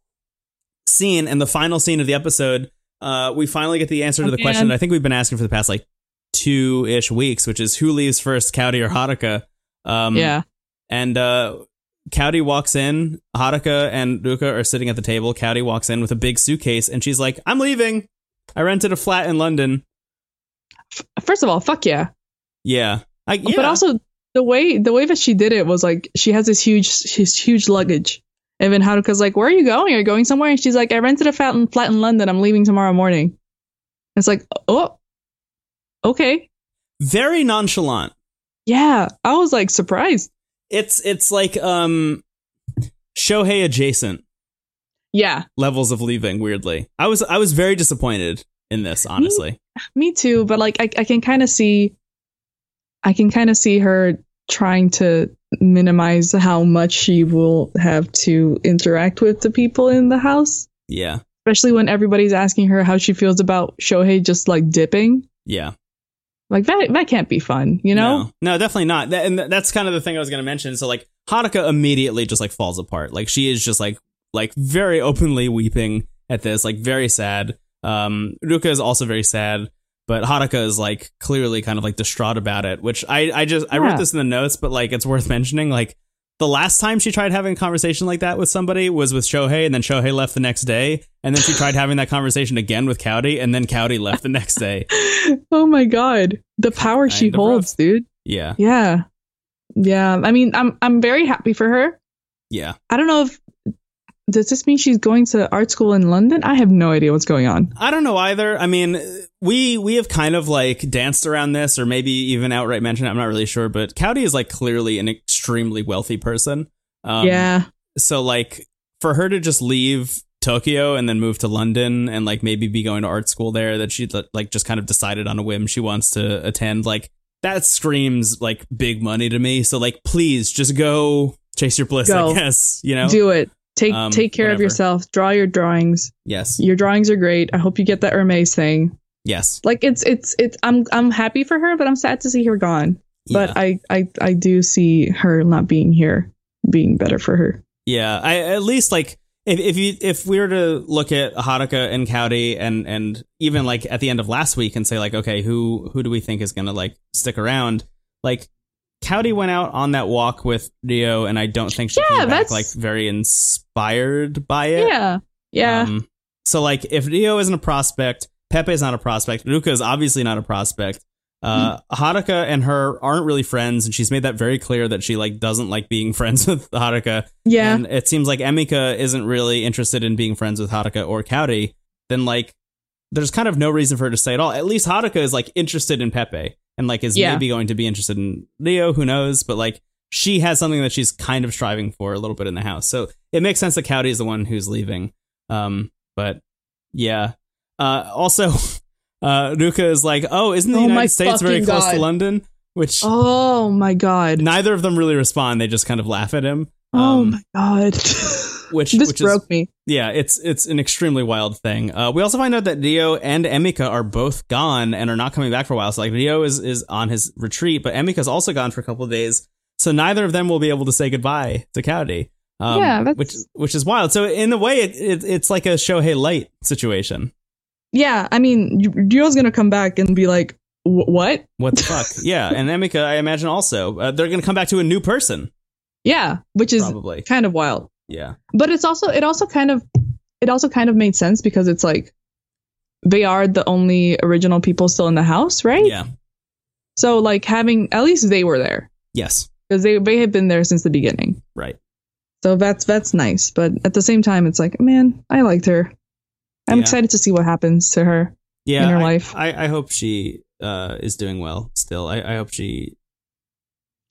S2: scene and the final scene of the episode, uh, we finally get the answer to the
S3: Oh,
S2: question
S3: man.
S2: that I think we've been asking for the past like two ish weeks, which is who leaves first, Cowdy or Haruka? Um,
S3: yeah.
S2: And uh, Cowdy walks in. Haruka and Ruka are sitting at the table. Cowdy walks in with a big suitcase, and she's like, "I'm leaving. I rented a flat in London.
S3: First of all, fuck yeah.
S2: Yeah, I, yeah.
S3: But also the way the way that she did it was like she has this huge this huge luggage. And then Haruka's like, Where are you going? Are you going somewhere? And she's like, I rented a flat in, flat in London. I'm leaving tomorrow morning. It's like, oh okay.
S2: very nonchalant."
S3: Yeah. I was like surprised.
S2: It's it's like um, Shohei adjacent.
S3: Yeah,
S2: levels of leaving weirdly i was i was very disappointed in this
S3: Hmm.
S2: honestly
S3: me too. But like I, I can kind of see I can kind of see her trying to minimize how much she will have to interact with the people in the house.
S2: yeah
S3: Especially when everybody's asking her how she feels about Shohei just like dipping.
S2: yeah
S3: Like that that can't be fun, you know?
S2: no, No, definitely not That- and th- that's kind of the thing i was going to mention so like haruka immediately just like falls apart like she is just like like very openly weeping at this like very sad um ruka is also very sad but haruka is like clearly kind of like distraught about it which i i just i
S3: Yeah.
S2: wrote this in the notes but like it's worth mentioning like the last time she tried having a conversation like that with somebody was with Shohei, and then Shohei left the next day, and then she tried having that conversation again with Cowdy, and then Cowdy left the next day.
S3: oh my god, the power she
S2: Kind of rough.
S3: holds, dude.
S2: Yeah,
S3: Yeah, yeah. I mean, I'm I'm very happy for her.
S2: yeah.
S3: I don't know if does this mean she's going to art school in London. I have no idea what's going on.
S2: I don't know either. I mean, we we have kind of like danced around this, or maybe even outright mentioned. it. I'm not really sure, but Cowdy is like clearly an extremely wealthy person. Um,
S3: yeah,
S2: so like for her to just leave Tokyo and then move to London and like maybe be going to art school there that she like just kind of decided on a whim she wants to attend like that screams like big money to me so like please just go chase your bliss
S3: Go.
S2: I guess you know
S3: do it. Take
S2: Um,
S3: take care of
S2: whatever.
S3: yourself. Draw your drawings.
S2: yes
S3: Your drawings are great. I hope you get that Hermes thing.
S2: yes
S3: Like it's it's it's. I'm I'm happy for her, but I'm sad to see her gone.
S2: Yeah.
S3: But I I I do see her not being here being better for her.
S2: Yeah, I at least like if if you if we were to look at Haruka and Cowdy and and even like at the end of last week and say like okay who who do we think is gonna like stick around like Cowdy went out on that walk with Rio and I don't think she
S3: Yeah,
S2: came back
S3: that's-
S2: like very inspired by it.
S3: Yeah. Yeah.
S2: Um, so like if Rio isn't a prospect, Pepe's not a prospect, Ruka is obviously not a prospect. Uh,
S3: Hmm.
S2: Haruka and her aren't really friends, and she's made that very clear that she like doesn't like being friends with Haruka
S3: yeah.
S2: and it seems like Emika isn't really interested in being friends with Haruka or Cowdy, then like there's kind of no reason for her to stay at all. At least Haruka is like interested in Pepe and like is
S3: Yeah.
S2: maybe going to be interested in Leo, who knows, but like she has something that she's kind of striving for a little bit in the house. So it makes sense that Cowdy is the one who's leaving. Um but yeah. Uh also uh Ruka is like, "Oh, isn't the
S3: Oh my
S2: United States very
S3: fucking
S2: close to
S3: God.
S2: London?" Which
S3: Oh my god.
S2: neither of them really respond. They just kind of laugh at him.
S3: oh
S2: Um,
S3: my god.
S2: which
S3: this
S2: which is
S3: broke me.
S2: yeah, it's it's an extremely wild thing. Uh, we also find out that Dio and Emika are both gone and are not coming back for a while. So like Dio is is on his retreat, but Emika's also gone for a couple of days. So neither of them will be able to say goodbye to Cowdy. Um,
S3: Yeah, that's-
S2: which which is wild. So in a way, it, it, it's like a Shohei Light situation.
S3: Yeah, I mean, Dio's gonna come back and be like, "Wh- "What?
S2: What the fuck? yeah, and Emika, I imagine also uh, they're going to come back to a new person
S3: Yeah," which is
S2: probably.
S3: kind of wild.
S2: Yeah,
S3: But it's also it also kind of it also kind of made sense because it's like they are the only original people still in the house, right?
S2: yeah,
S3: So like having at least they were there
S2: yes,
S3: because they they had been there since the beginning.
S2: right.
S3: So that's that's nice, but at the same time, it's like, man, I liked her. I'm
S2: Yeah.
S3: excited to see what happens to her
S2: Yeah,
S3: in her
S2: I-
S3: life.
S2: I, I hope she uh, is doing well still. I, I hope she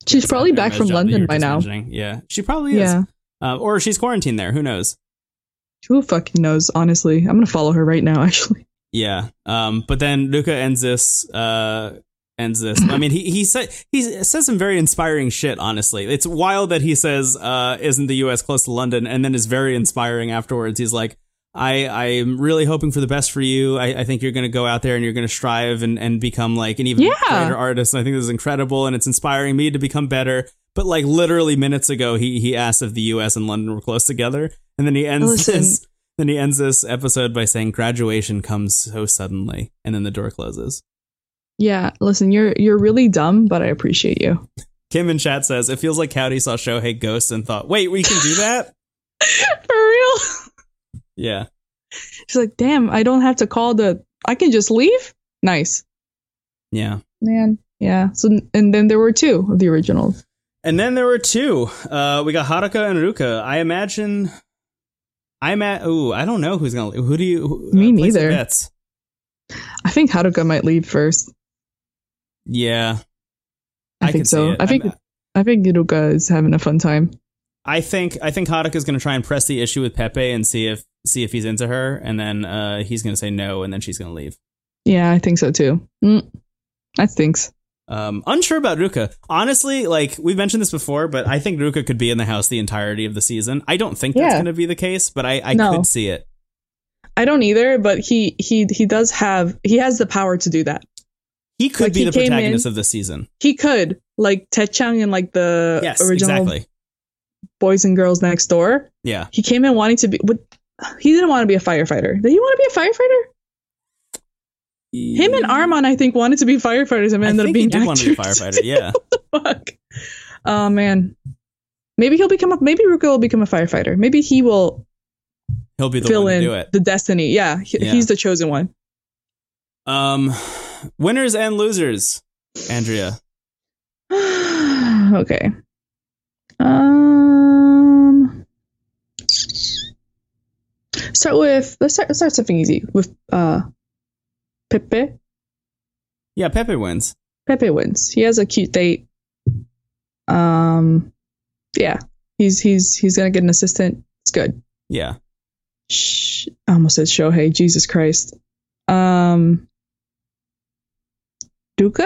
S3: She's probably
S2: Sorry,
S3: back
S2: I
S3: from
S2: messed up.
S3: London
S2: You're
S3: by
S2: just
S3: now.
S2: mentioning. Yeah, she probably is.
S3: Yeah,
S2: Uh, or she's quarantined there. Who knows?
S3: who fucking knows? Honestly, I'm gonna follow her right now. Actually,
S2: Yeah. Um. But then Luca ends this. Uh. Ends this. I mean, he he said he says some very inspiring shit. Honestly, it's wild that he says, uh, "Isn't the U.S. close to London?" And then is very inspiring afterwards. He's like. I, I'm really hoping for the best for you. I, I think you're going to go out there and you're going to strive and, and become like an even
S3: Yeah.
S2: greater artist. And I think this is incredible and it's inspiring me to become better. But like literally minutes ago, he, he asked if the U.S. and London were close together. And then he ends
S3: Oh, Listen.
S2: this. Then he ends this episode by saying, "Graduation comes so suddenly," and then the door closes.
S3: yeah. Listen, you're you're really dumb, but I appreciate you.
S2: Kim in chat says, "It feels like Cowdy saw Shohei Ghost and thought, wait, we can do that."
S3: For real.
S2: yeah,
S3: She's like, damn, I don't have to call the. I can just leave. Nice,
S2: yeah.
S3: man. Yeah. So and then there were two of the originals.
S2: And then there were two. Uh, we got Haruka and Ruka. I imagine. I'm at. Ooh, I don't know who's gonna. Who do you? Who, uh,
S3: Me
S2: place your
S3: neither.
S2: Bets.
S3: I think Haruka might leave first.
S2: Yeah,
S3: I,
S2: can
S3: think so.
S2: see it.
S3: I think
S2: I'm-
S3: I think Haruka is having a fun time.
S2: I think I think Haruka's gonna try and press the issue with Pepe and see if see if he's into her, and then uh, he's gonna say no, and then she's gonna leave.
S3: Yeah, I think so too. Mm, that stinks.
S2: Um, unsure about Ruka. Honestly, like we've mentioned this before, but I think Ruka could be in the house the entirety of the season. I don't think that's
S3: Yeah.
S2: going to be the case, but I, I
S3: No.
S2: could see it.
S3: I don't either, but he he he does have he has the power to do that.
S2: He could
S3: Like,
S2: be
S3: he
S2: the
S3: came
S2: protagonist
S3: in-
S2: of the season.
S3: He could like Taechang and like the
S2: Yes,
S3: uh, original
S2: exactly.
S3: boys and girls next door.
S2: Yeah,
S3: He came in wanting to be. What, he didn't want to be a firefighter. Did he want to be a firefighter? Him and Armon, I think, wanted to be firefighters and
S2: I
S3: ended
S2: think
S3: up
S2: he
S3: being
S2: did want to be a
S3: actors.
S2: firefighter. Yeah,
S3: Fuck. Oh man, Maybe he'll become a maybe Ruka will become a firefighter. Maybe he will
S2: He'll be the
S3: fill
S2: one to
S3: in
S2: do it.
S3: the destiny. Yeah, he-
S2: Yeah.
S3: he's the chosen one.
S2: Um, winners and losers. Andrea,
S3: okay. Um. Start with let's start let's start something easy with uh, Pepe.
S2: yeah, Pepe wins.
S3: Pepe wins. He has a cute date. Um, yeah, he's he's he's gonna get an assistant. It's good.
S2: Yeah,
S3: Sh- I almost said Shohei. Jesus Christ. Um, Duca.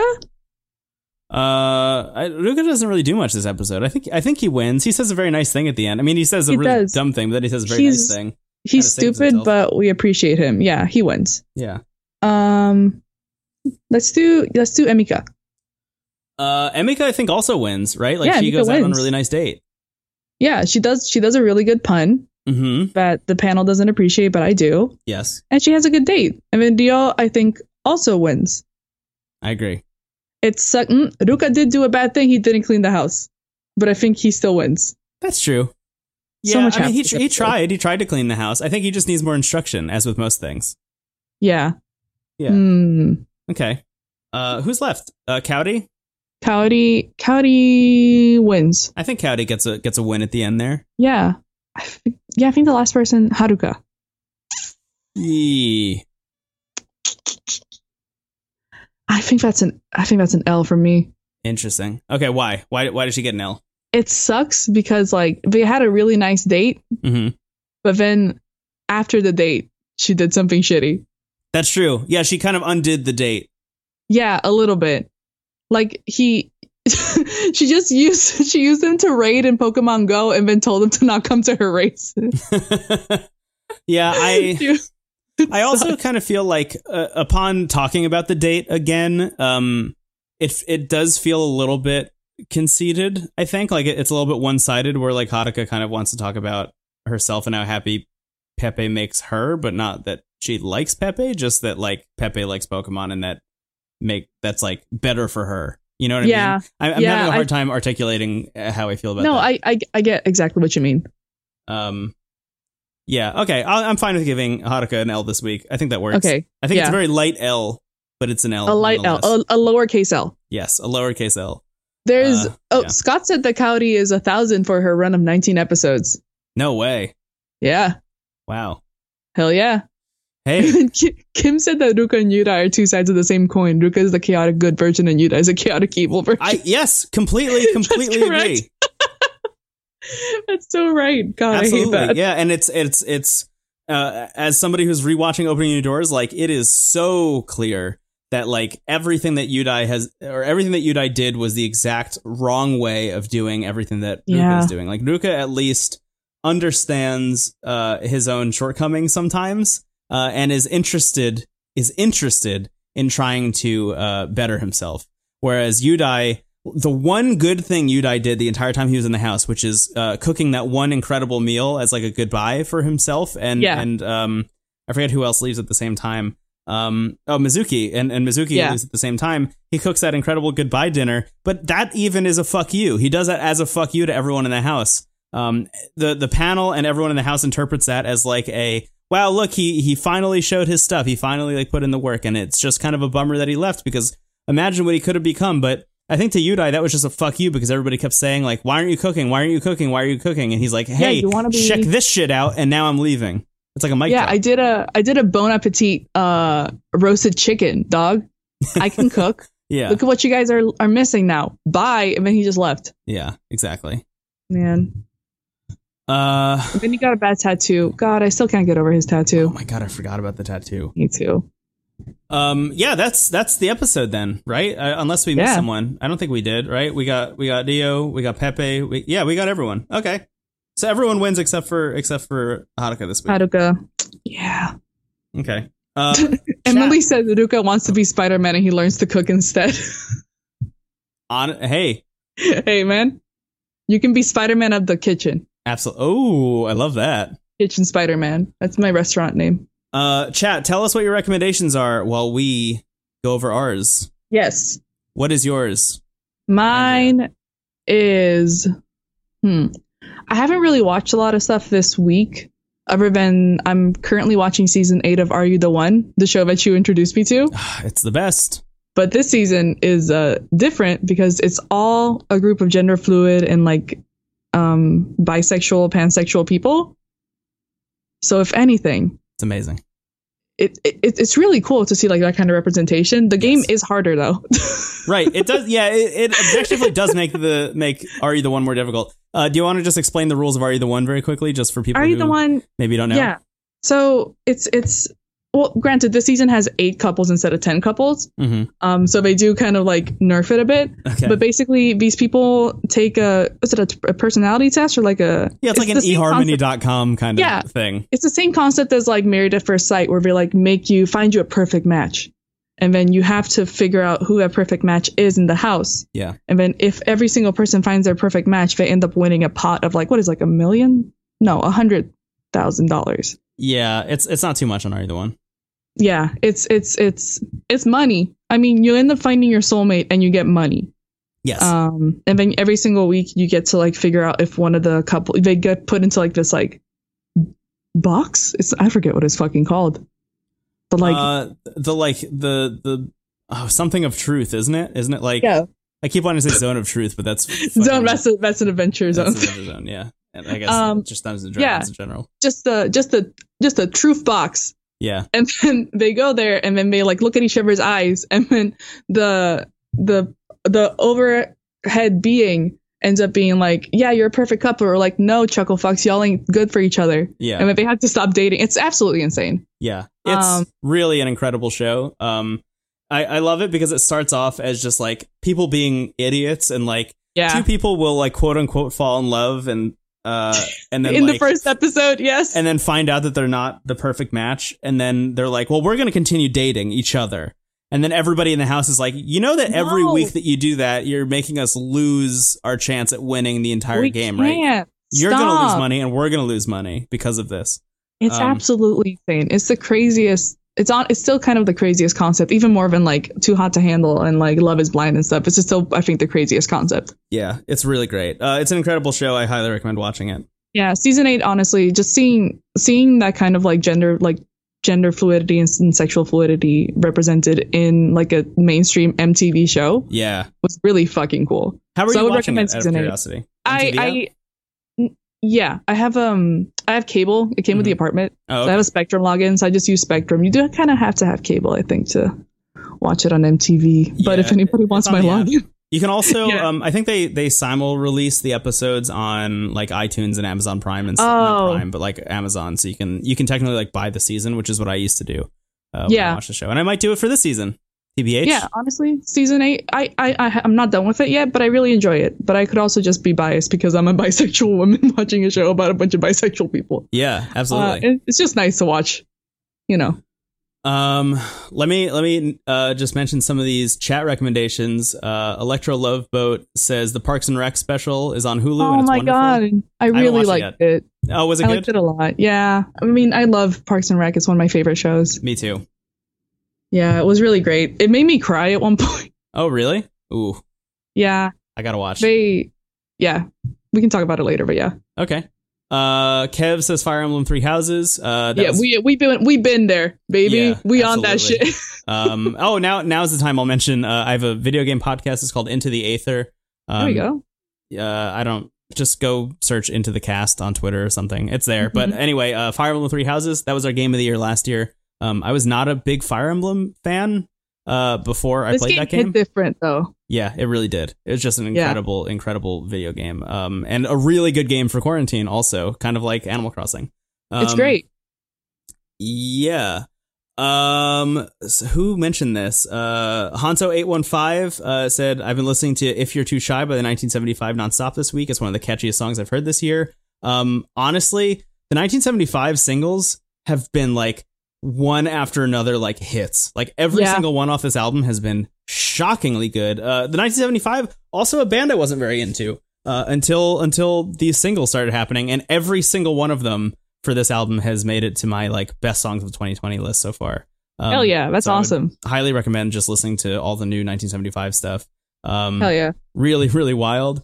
S2: uh, I, Ruka doesn't really do much this episode. I think I think he wins. He says a very nice thing at the end. I mean, he says a
S3: He
S2: really
S3: does.
S2: dumb thing, but then he says a very
S3: He's-
S2: nice thing.
S3: He's
S2: Kinda saves
S3: stupid,
S2: himself.
S3: but we appreciate him. Yeah, he wins.
S2: Yeah.
S3: Um, let's do let's do Emika.
S2: Uh, Emika, I think also wins, right? Like
S3: Yeah,
S2: she
S3: Emika
S2: goes out on a
S3: wins.
S2: really nice date.
S3: Yeah, she does. She does a really good pun
S2: Mm-hmm.
S3: that the panel doesn't appreciate, but I do.
S2: Yes,
S3: And she has a good date. I mean, Diol, I think, also wins.
S2: I agree.
S3: It's suck. Mm, Ruka did do a bad thing. He didn't clean the house, but I think he still wins.
S2: That's true. Yeah,
S3: So much
S2: I mean, he,
S3: happens
S2: tr- he
S3: this episode.
S2: tried. He tried to clean the house. I think he just needs more instruction, as with most things.
S3: Yeah.
S2: Yeah.
S3: Hmm.
S2: Okay. Uh, who's left? Uh, Cowdy.
S3: Kaori, Kaori wins.
S2: I think Cowdy gets a gets a win at the end there.
S3: Yeah. I think, yeah, I think the last person, Haruka.
S2: Yee.
S3: I think that's an I think that's an L for me.
S2: Interesting. Okay, why? Why? Why did she get an L?
S3: It sucks because like they had a really nice date,
S2: Mm-hmm.
S3: but then after the date, she did something shitty.
S2: That's true. Yeah, she kind of undid the date.
S3: Yeah, a little bit. Like he she just used she used him to raid in Pokemon Go and then told him to not come to her race.
S2: yeah, I.
S3: She- it
S2: I also
S3: sucked.
S2: kind of feel like uh, upon talking about the date again, um, it it does feel a little bit conceited. I think like it, it's a little bit one sided, where like Haruka kind of wants to talk about herself and how happy Pepe makes her, but not that she likes Pepe, just that like Pepe likes Pokemon and that make that's like better for her. You know what I
S3: Yeah.
S2: mean? I, I'm
S3: Yeah,
S2: having a
S3: I-
S2: hard time articulating uh, how I feel about
S3: No,
S2: that.
S3: I, I I get exactly what you mean.
S2: Um, yeah, okay. i I'm fine with giving Haruka an L this week. I think that works.
S3: Okay.
S2: I think it's
S3: Yeah.
S2: a very light L, but it's an L.
S3: A light L,
S2: nonetheless.
S3: oh, a, a lowercase L.
S2: yes, a lowercase L.
S3: There's
S2: Uh,
S3: oh
S2: yeah.
S3: Scott said that Cowdy is a thousand for her run of 19 episodes.
S2: No way.
S3: Yeah,
S2: Wow.
S3: hell yeah.
S2: Hey,
S3: Ki- Kim said that Ruka and Yuta are two sides of the same coin. Ruka is the chaotic good version, and Yuta is a chaotic evil version.
S2: I yes, completely,
S3: That's
S2: completely
S3: correct.
S2: agree.
S3: That's so right. God, I hate
S2: Absolutely,
S3: that.
S2: yeah. And it's it's it's uh, as somebody who's rewatching Opening New Doors, like it is so clear that like everything that Udai has or everything that Udai did was the exact wrong way of doing everything that Ruka
S3: Yeah.
S2: is doing. Like Ruka at least understands uh, his own shortcomings sometimes uh, and is interested is interested in trying to uh, better himself. Whereas Udai, the one good thing Udai did the entire time he was in the house, which is uh, cooking that one incredible meal as like a goodbye for himself, and
S3: Yeah.
S2: and um, I forget who else leaves at the same time. Um, oh, Mizuki and and Mizuki
S3: Yeah.
S2: leaves at the same time. He cooks that incredible goodbye dinner, but that even is a fuck you. He does that as a fuck you to everyone in the house. Um, the the panel and everyone in the house interprets that as like a wow look he he finally showed his stuff he finally like put in the work and it's just kind of a bummer that he left because imagine what he could have become but i think to yudai that was just a fuck you because everybody kept saying like why aren't you cooking why aren't you cooking why are you cooking and he's like hey
S3: you wanna be-
S2: check this shit out and now i'm leaving it's like a mic
S3: Yeah,
S2: drop.
S3: I did a I did a bon appetit uh, roasted chicken dog. I can cook.
S2: yeah
S3: Look at what you guys are are missing now. Bye, and then he just left.
S2: yeah exactly
S3: Man,
S2: uh
S3: and then he got a bad tattoo. God, I still can't get over his
S2: oh
S3: tattoo.
S2: my god i forgot about the tattoo
S3: Me too.
S2: um yeah that's that's the episode then right uh, unless we missed
S3: Yeah.
S2: someone i don't think we did right we got we got dio we got pepe we, yeah we got everyone okay so everyone wins except for except for haruka this week
S3: Haruka. Yeah.
S2: Okay. Uh,
S3: Emily said Ruka wants to be Spider Man and he learns to cook instead.
S2: on, hey,
S3: hey, man. You can be Spider Man of the kitchen.
S2: absolutely. Oh, I love that.
S3: Kitchen Spider Man. That's my restaurant name.
S2: Uh, chat, tell us what your recommendations are while we go over ours.
S3: Yes.
S2: What is yours?
S3: Mine is. Hmm. I haven't really watched a lot of stuff this week, other than I'm currently watching season eight of Are You the One, the show that you introduced me to.
S2: It's the best.
S3: But this season is uh, different because it's all a group of gender fluid and like um, bisexual, pansexual people. So if anything,
S2: It's amazing.
S3: it, it it's really cool to see like that kind of representation. The game
S2: Yes.
S3: is harder though.
S2: Right. It does. Yeah. It, it objectively does make the make Are You the One more difficult. Uh, do you want to just explain the rules of Are You the One very quickly, just for people
S3: Are you
S2: who
S3: the one?
S2: maybe don't know?
S3: Yeah. So it's it's well, granted, this season has eight couples instead of ten couples.
S2: hmm
S3: Um, so they do kind of like nerf it a bit.
S2: Okay.
S3: But basically, these people take a was it a, a personality test or like a
S2: yeah, it's,
S3: the
S2: like an
S3: same concept-
S2: eharmony.com kind of
S3: Yeah.
S2: thing.
S3: It's the same concept as like married at first sight, where they like make you find you a perfect match, and then you have to figure out who that perfect match is in the house.
S2: Yeah.
S3: And then if every single person finds their perfect match, they end up winning a pot of like what is like a million? No, a hundred thousand dollars.
S2: Yeah. It's it's not too much on Are You the One.
S3: yeah it's it's it's it's money i mean you end up finding your soulmate and you get money
S2: Yes.
S3: um and then every single week you get to like figure out if one of the couple they get put into like this like box it's i forget what it's fucking called but like
S2: uh, the like the the oh, something of truth, isn't it? Isn't it like
S3: yeah
S2: I keep wanting to say zone of truth, but that's
S3: zone that's a, that's an adventure zone
S2: That's another zone, yeah. And I guess
S3: Um,
S2: just Dungeons and
S3: yeah.
S2: Dragons in general.
S3: just the just the just the truth box
S2: Yeah.
S3: and then they go there and then they like look at each other's eyes and then the the the overhead being ends up being like yeah you're a perfect couple or like no chuckle fucks y'all ain't good for each other
S2: Yeah.
S3: and then they have to stop dating it's absolutely insane
S2: Yeah. It's
S3: Um,
S2: really an incredible show. Um I, I love it because it starts off as just like people being idiots and like
S3: yeah
S2: two people will like quote unquote fall in love and uh and then
S3: in
S2: like,
S3: the first episode yes
S2: and then find out that they're not the perfect match and then they're like well we're going to continue dating each other and then everybody in the house is like you know that every
S3: No.
S2: week that you do that you're making us lose our chance at winning the entire
S3: we
S2: game right
S3: can't.
S2: you're going to lose
S3: Stop.
S2: money and we're going to lose money because of this
S3: It's
S2: Um,
S3: absolutely insane. It's the craziest. It's on. It's still kind of the craziest concept, even more than like too hot to handle and like love is blind and stuff. It's just still, I think, the craziest concept.
S2: yeah it's really great uh, it's an incredible show i highly recommend watching it
S3: Yeah, season eight. Honestly, just seeing seeing that kind of like gender like gender fluidity and, and sexual fluidity represented in like a mainstream MTV show
S2: yeah
S3: was really fucking cool.
S2: how are
S3: So I
S2: you
S3: would
S2: watching
S3: recommend
S2: it out of
S3: season eight.
S2: curiosity
S3: I
S2: MTV app?
S3: I n- yeah, I have um I have cable. It came with the apartment.
S2: oh,
S3: So I
S2: okay.
S3: have a Spectrum login, so I just use Spectrum. You do kind of have to have cable, I think, to watch it on MTV. but
S2: Yeah,
S3: if anybody
S2: it-
S3: wants
S2: it's
S3: my
S2: on the app.
S3: login,
S2: you can also
S3: Yeah.
S2: um, i think they they simul release the episodes on like itunes and amazon prime and stuff not
S3: Oh.
S2: prime but like amazon so you can you can technically like buy the season which is what i used to do uh, when I
S3: Yeah.
S2: watch the show and i might do it for this season tbh
S3: yeah, honestly, season eight, I, I, I, I'm not done with it yet, but I really enjoy it. But I could also just be biased because I'm a bisexual woman watching a show about a bunch of bisexual people.
S2: yeah
S3: Uh,
S2: absolutely
S3: it- it's just nice to watch, you know.
S2: um let me let me uh just mention some of these chat recommendations uh electro love boat says the parks and rec special is on hulu and
S3: oh
S2: it's
S3: my
S2: wonderful.
S3: god, I really
S2: watched it
S3: liked it.
S2: oh was it
S3: I
S2: good
S3: liked it a lot. Yeah, I mean, I love Parks and Rec. It's one of my favorite shows.
S2: me too
S3: Yeah, it was really great. It made me cry at one point.
S2: oh really ooh
S3: Yeah,
S2: i gotta watch
S3: They, yeah, we can talk about it later, but yeah,
S2: Okay. Uh, Kev says Fire Emblem Three Houses. Uh, that
S3: yeah,
S2: was-
S3: we we been we been there, baby.
S2: Yeah,
S3: we on that
S2: absolutely.
S3: shit.
S2: um, oh, now now's the time I'll mention. Uh, I have a video game podcast. It's called Into the Aether. Um,
S3: there we go.
S2: Uh, I don't just go search Into the Cast on Twitter or something. It's there.
S3: Mm-hmm.
S2: But anyway, uh, Fire Emblem Three Houses. That was our game of the year last year. Um, I was not a big Fire Emblem fan. Uh, before I
S3: this
S2: played
S3: game,
S2: that game,
S3: hit different though.
S2: yeah, it really did. It was just an
S3: Yeah.
S2: incredible, incredible video game. Um, and a really good game for quarantine, also, kind of like Animal Crossing. Um,
S3: it's great.
S2: Yeah. Um, so who mentioned this? Uh, Hanso eight one five uh said, "I've been listening to If You're Too Shy by the 1975 nonstop this week. It's one of the catchiest songs I've heard this year. Um, honestly, the 1975 singles have been like one after another, like hits. Like every
S3: Yeah.
S2: single one off this album has been shockingly good. Uh, the 1975 also a band I wasn't very into uh, until until these singles started happening, and every single one of them for this album has made it to my like best songs of 2020 list so far. Um,
S3: Hell yeah, that's
S2: so I would
S3: awesome.
S2: Highly recommend just listening to all the new 1975 stuff. Um,
S3: Hell yeah.
S2: Really, really wild.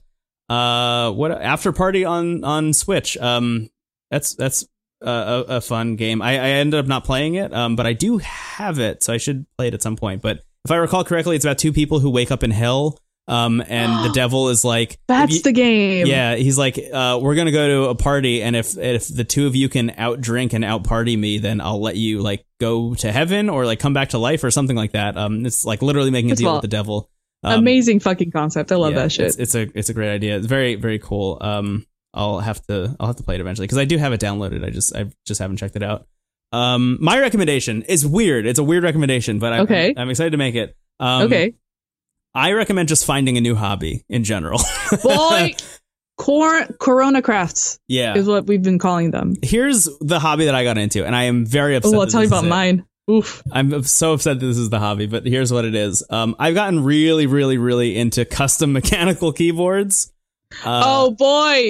S2: Uh, what after party on on Switch? Um, that's that's a, a, a fun game. I, I ended up not playing it, um, but I do have it, so I should play it at some point. But if I recall correctly, it's about two people who wake up in hell. Um, and the devil is like,
S3: That's
S2: "If you-
S3: the game.
S2: yeah, he's like, uh, we're gonna go to a party, and if if the two of you can outdrink and outparty me, then I'll let you like go to heaven or like come back to life or something like that. Um, it's like literally making a
S3: It's
S2: deal
S3: wild.
S2: with the devil. Um,
S3: Amazing fucking concept. I love
S2: yeah,
S3: that shit.
S2: It's, it's a it's a great idea. It's very very cool. Um, I'll have to I'll have to play it eventually because I do have it downloaded. I just I just haven't checked it out. Um, my recommendation is weird. It's a weird recommendation, but I,
S3: Okay.
S2: I'm excited to make it. Um,
S3: okay.
S2: I recommend just finding a new hobby in general.
S3: Boy, cor- Corona crafts
S2: yeah,
S3: is what we've been calling them.
S2: here's the hobby that I got into, and I am very upset.
S3: Oh, I'll
S2: that
S3: tell you
S2: this
S3: about
S2: is it.
S3: mine. Oof.
S2: I'm so upset that this is the hobby, but here's what it is. Um, I've gotten really, really, really into custom mechanical keyboards. Uh,
S3: oh boy,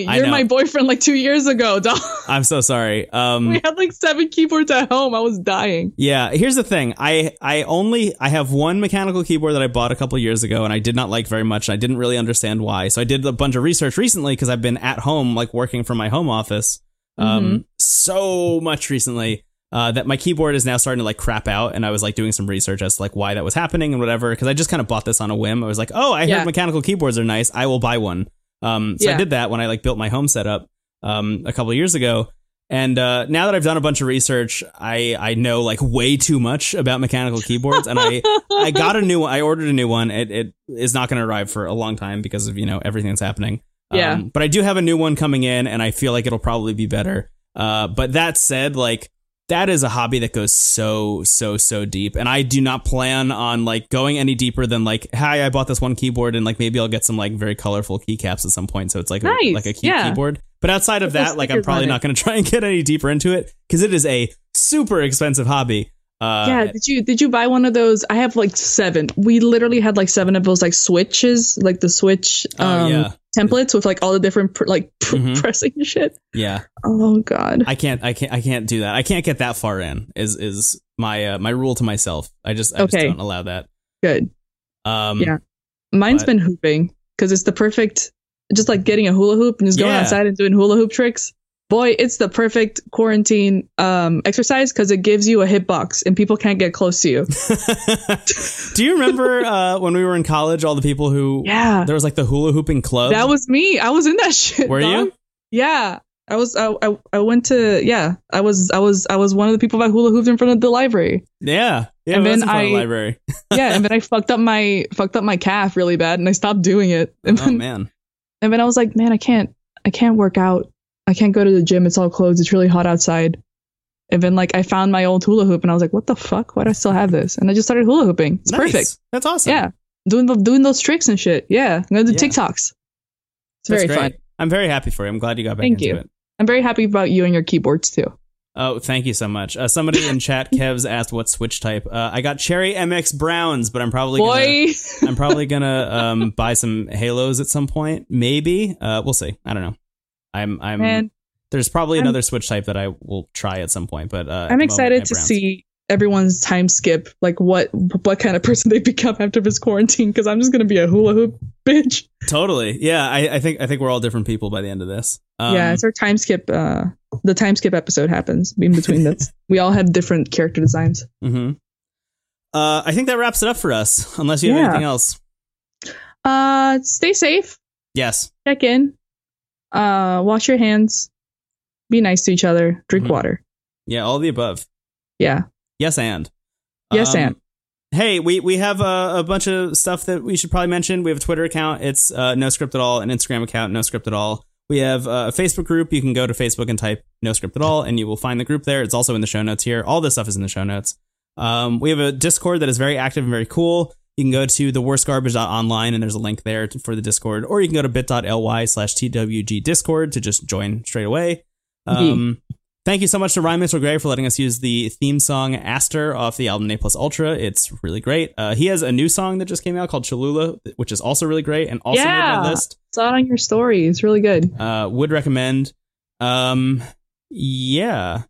S2: I
S3: you're
S2: know.
S3: my boyfriend like two years ago, dog.
S2: I'm so sorry.
S3: we
S2: Um,
S3: had like seven keyboards at home. I was dying.
S2: yeah, here's the thing. I I only I have one mechanical keyboard that I bought a couple years ago, and I did not like very much. And I didn't really understand why. So I did a bunch of research recently because I've been at home, like working from my home office, um, so much recently. Uh, that my keyboard is now starting to like crap out, and I was like doing some research as to like why that was happening and whatever. Because I just kind of bought this on a whim. I was like, oh, I
S3: Yeah.
S2: heard mechanical keyboards are nice. I will buy one. Um, so I
S3: Yeah.
S2: did that when I like built my home setup um, a couple of years ago. And uh, now that I've done a bunch of research, I, I know like way too much about mechanical keyboards, and I I got a new one. I ordered a new one. It it is not going to arrive for a long time because of you know everything that's happening. Um,
S3: Yeah.
S2: but I do have a new one coming in, and I feel like it'll probably be better. Uh, but that said, like that is a hobby that goes so so so deep, and I do not plan on like going any deeper than like, hi, I bought this one keyboard, and like maybe I'll get some like very colorful keycaps at some point. So it's like a,
S3: Nice.
S2: like a cute
S3: Yeah.
S2: keyboard. But outside of
S3: Put those
S2: that, like I'm
S3: stickers
S2: probably
S3: on
S2: not
S3: it.
S2: going to try and get any deeper into it because it is a super expensive hobby. Uh,
S3: yeah, did you did you buy one of those? I have like seven. We literally had like seven of those like switches, like the switch
S2: Oh,
S3: um,
S2: yeah.
S3: templates with like all the different pr- like pr-
S2: Mhm.
S3: pressing and shit.
S2: yeah.
S3: Oh god.
S2: I can't I can't I can't do that. I can't get that far in. Is is my uh, my rule to myself. I just I just
S3: Okay.
S2: don't allow that.
S3: Good.
S2: Um
S3: Yeah. Mine's
S2: But-
S3: been hooping because it's the perfect, just like getting a hula hoop and just going
S2: Yeah.
S3: outside and doing hula hoop tricks. Boy, it's the perfect quarantine um, exercise because it gives you a hitbox and people can't get close to you.
S2: Do you remember uh when we were in college all the people who
S3: Yeah,
S2: there was like the hula hooping club?
S3: that was me. I was in that shit.
S2: Were you?
S3: dog. Yeah, I was. I, I I went to. Yeah, I was. I was. I was one of the people that hula hooped in front of the library.
S2: Yeah. Yeah,
S3: And
S2: it was in front of
S3: then
S2: the
S3: I-
S2: library.
S3: Yeah, and then I fucked up my fucked up my calf really bad, and I stopped doing it. And
S2: Oh
S3: then
S2: man.
S3: And then I was like, man, I can't, I can't work out. I can't go to the gym. It's all closed. It's really hot outside. And then like I found my old hula hoop, and I was like, what the fuck? Why do I still have this? And I just started hula hooping. It's
S2: Nice.
S3: perfect.
S2: That's awesome.
S3: Yeah, doing the, doing those tricks and shit. Yeah, I'm gonna do
S2: Yeah.
S3: TikToks. It's
S2: That's
S3: very
S2: great.
S3: fun.
S2: I'm very happy for you. I'm glad you got back
S3: Thank
S2: into
S3: you.
S2: it.
S3: I'm very happy about you and your keyboards too.
S2: Oh, thank you so much. Uh, somebody in chat, Kevs, asked what switch type. Uh, I got Cherry MX Browns, but I'm probably gonna,
S3: Boy,
S2: I'm probably gonna um, buy some Halos at some point. Maybe uh, we'll see. I don't know. I'm I'm
S3: man,
S2: there's probably
S3: I'm-
S2: another Switch type that I will try at some point. But uh, at the
S3: I'm
S2: moment, I
S3: excited
S2: have
S3: to
S2: Browns.
S3: see everyone's time skip. Like what what kind of person they become after this quarantine? Because I'm just gonna be a hula hoop bitch.
S2: Totally, yeah. I, I think I think we're all different people by the end of this. Um,
S3: yeah, it's our time skip. Uh, the time skip episode happens in between this. we all have different character designs.
S2: mhm. Uh, I think that wraps it up for us. Unless you have
S3: Yeah.
S2: anything else.
S3: Uh, stay safe.
S2: Yes.
S3: Check in. Uh, wash your hands. Be nice to each other. Drink
S2: Mhm.
S3: water.
S2: Yeah. All the above.
S3: Yeah.
S2: Yes, and. Um,
S3: Yes, and.
S2: Hey, we, we have a, a bunch of stuff that we should probably mention. We have a Twitter account. It's uh, no script at all. An Instagram account, no script at all. We have uh, a Facebook group. You can go to Facebook and type no script at all, and you will find the group there. It's also in the show notes here. All this stuff is in the show notes. Um, we have a Discord that is very active and very cool. You can go to theworstgarbage.online, and there's a link there to- for the Discord, or you can go to bit.ly slash TWG Discord to just join straight away. Um, Thank you so much to Ryan Mitchell Gray for letting us use the theme song Aster off the album A Plus Ultra. It's really great. Uh, he has a new song that just came out called Cholula, which is also really great and also made my
S3: Yeah.
S2: list.
S3: Saw it on your story. It's really good.
S2: Uh, would recommend. Um, yeah.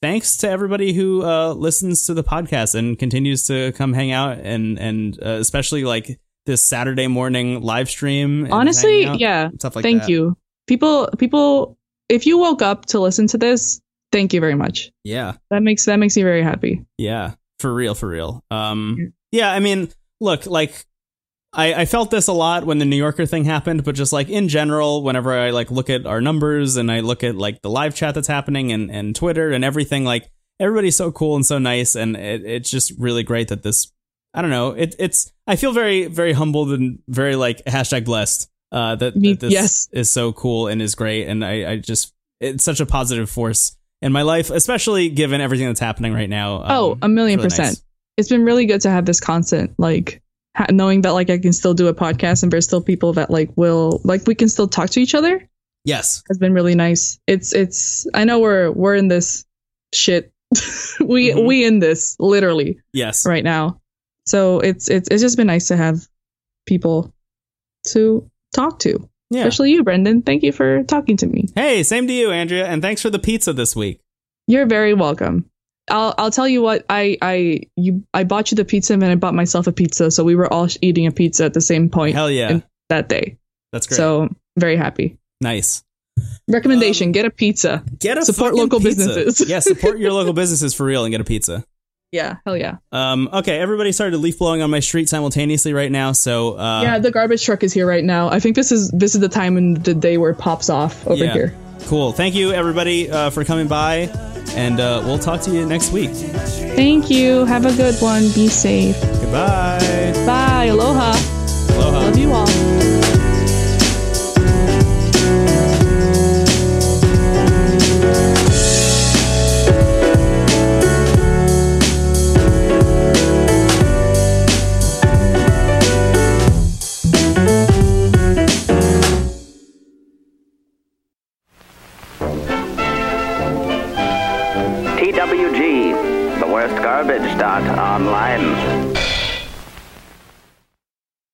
S2: Thanks to everybody who uh, listens to the podcast and continues to come hang out and and uh, especially like this Saturday morning live stream. and
S3: Honestly,
S2: hanging out,
S3: yeah.
S2: Stuff like
S3: thank
S2: that.
S3: you. People people if you woke up to listen to this, thank you very much.
S2: Yeah.
S3: That makes that makes me very happy.
S2: Yeah, for real, for real. Um, yeah, I mean, look, like I, I felt this a lot when the New Yorker thing happened, but just like in general, whenever I like look at our numbers and I look at like the live chat that's happening and and Twitter and everything, like everybody's so cool and so nice, and it, it's just really great that this. I don't know. It, it's I feel very very humbled and very like hashtag blessed uh, that,
S3: Me-
S2: that this
S3: yes.
S2: is so cool and is great, and I, I just it's such a positive force in my life, especially given everything that's happening right now.
S3: oh,
S2: Um,
S3: a million
S2: really nice.
S3: percent. It's been really good to have this constant like ha- knowing that like I can still do a podcast and there's still people that like will like we can still talk to each other
S2: Yes.
S3: has been really nice. It's it's I know we're we're in this shit. we
S2: Mhm.
S3: we in this literally
S2: Yes.
S3: right now. So it's it's it's just been nice to have people to talk to.
S2: Yeah.
S3: Especially you, Brendan. Thank you for talking to me.
S2: hey, same to you, Andrea, and thanks for the pizza this week.
S3: You're very welcome. I'll I'll tell you what I I you I bought you the pizza and then I bought myself a pizza, so we were all sh- eating a pizza at the same point
S2: Hell yeah.
S3: And- that day.
S2: That's great.
S3: So very happy.
S2: nice.
S3: Recommendation:
S2: Um,
S3: Get a pizza.
S2: Get a
S3: support
S2: fucking
S3: local
S2: pizza.
S3: businesses.
S2: yeah, support your local businesses for real and get a pizza.
S3: Yeah, hell yeah.
S2: Um, okay, everybody started leaf blowing on my street simultaneously right now, so uh,
S3: yeah, the garbage truck is here right now. I think this is this is the time in the day where it pops off over
S2: Yeah.
S3: here.
S2: cool. Thank you everybody uh, for coming by, and uh, we'll talk to you next week.
S3: Thank you. Have a good one. Be safe.
S2: Goodbye.
S3: Bye. Aloha.
S2: Aloha.
S3: Love you all.
S5: TWG, the worst garbage dot online.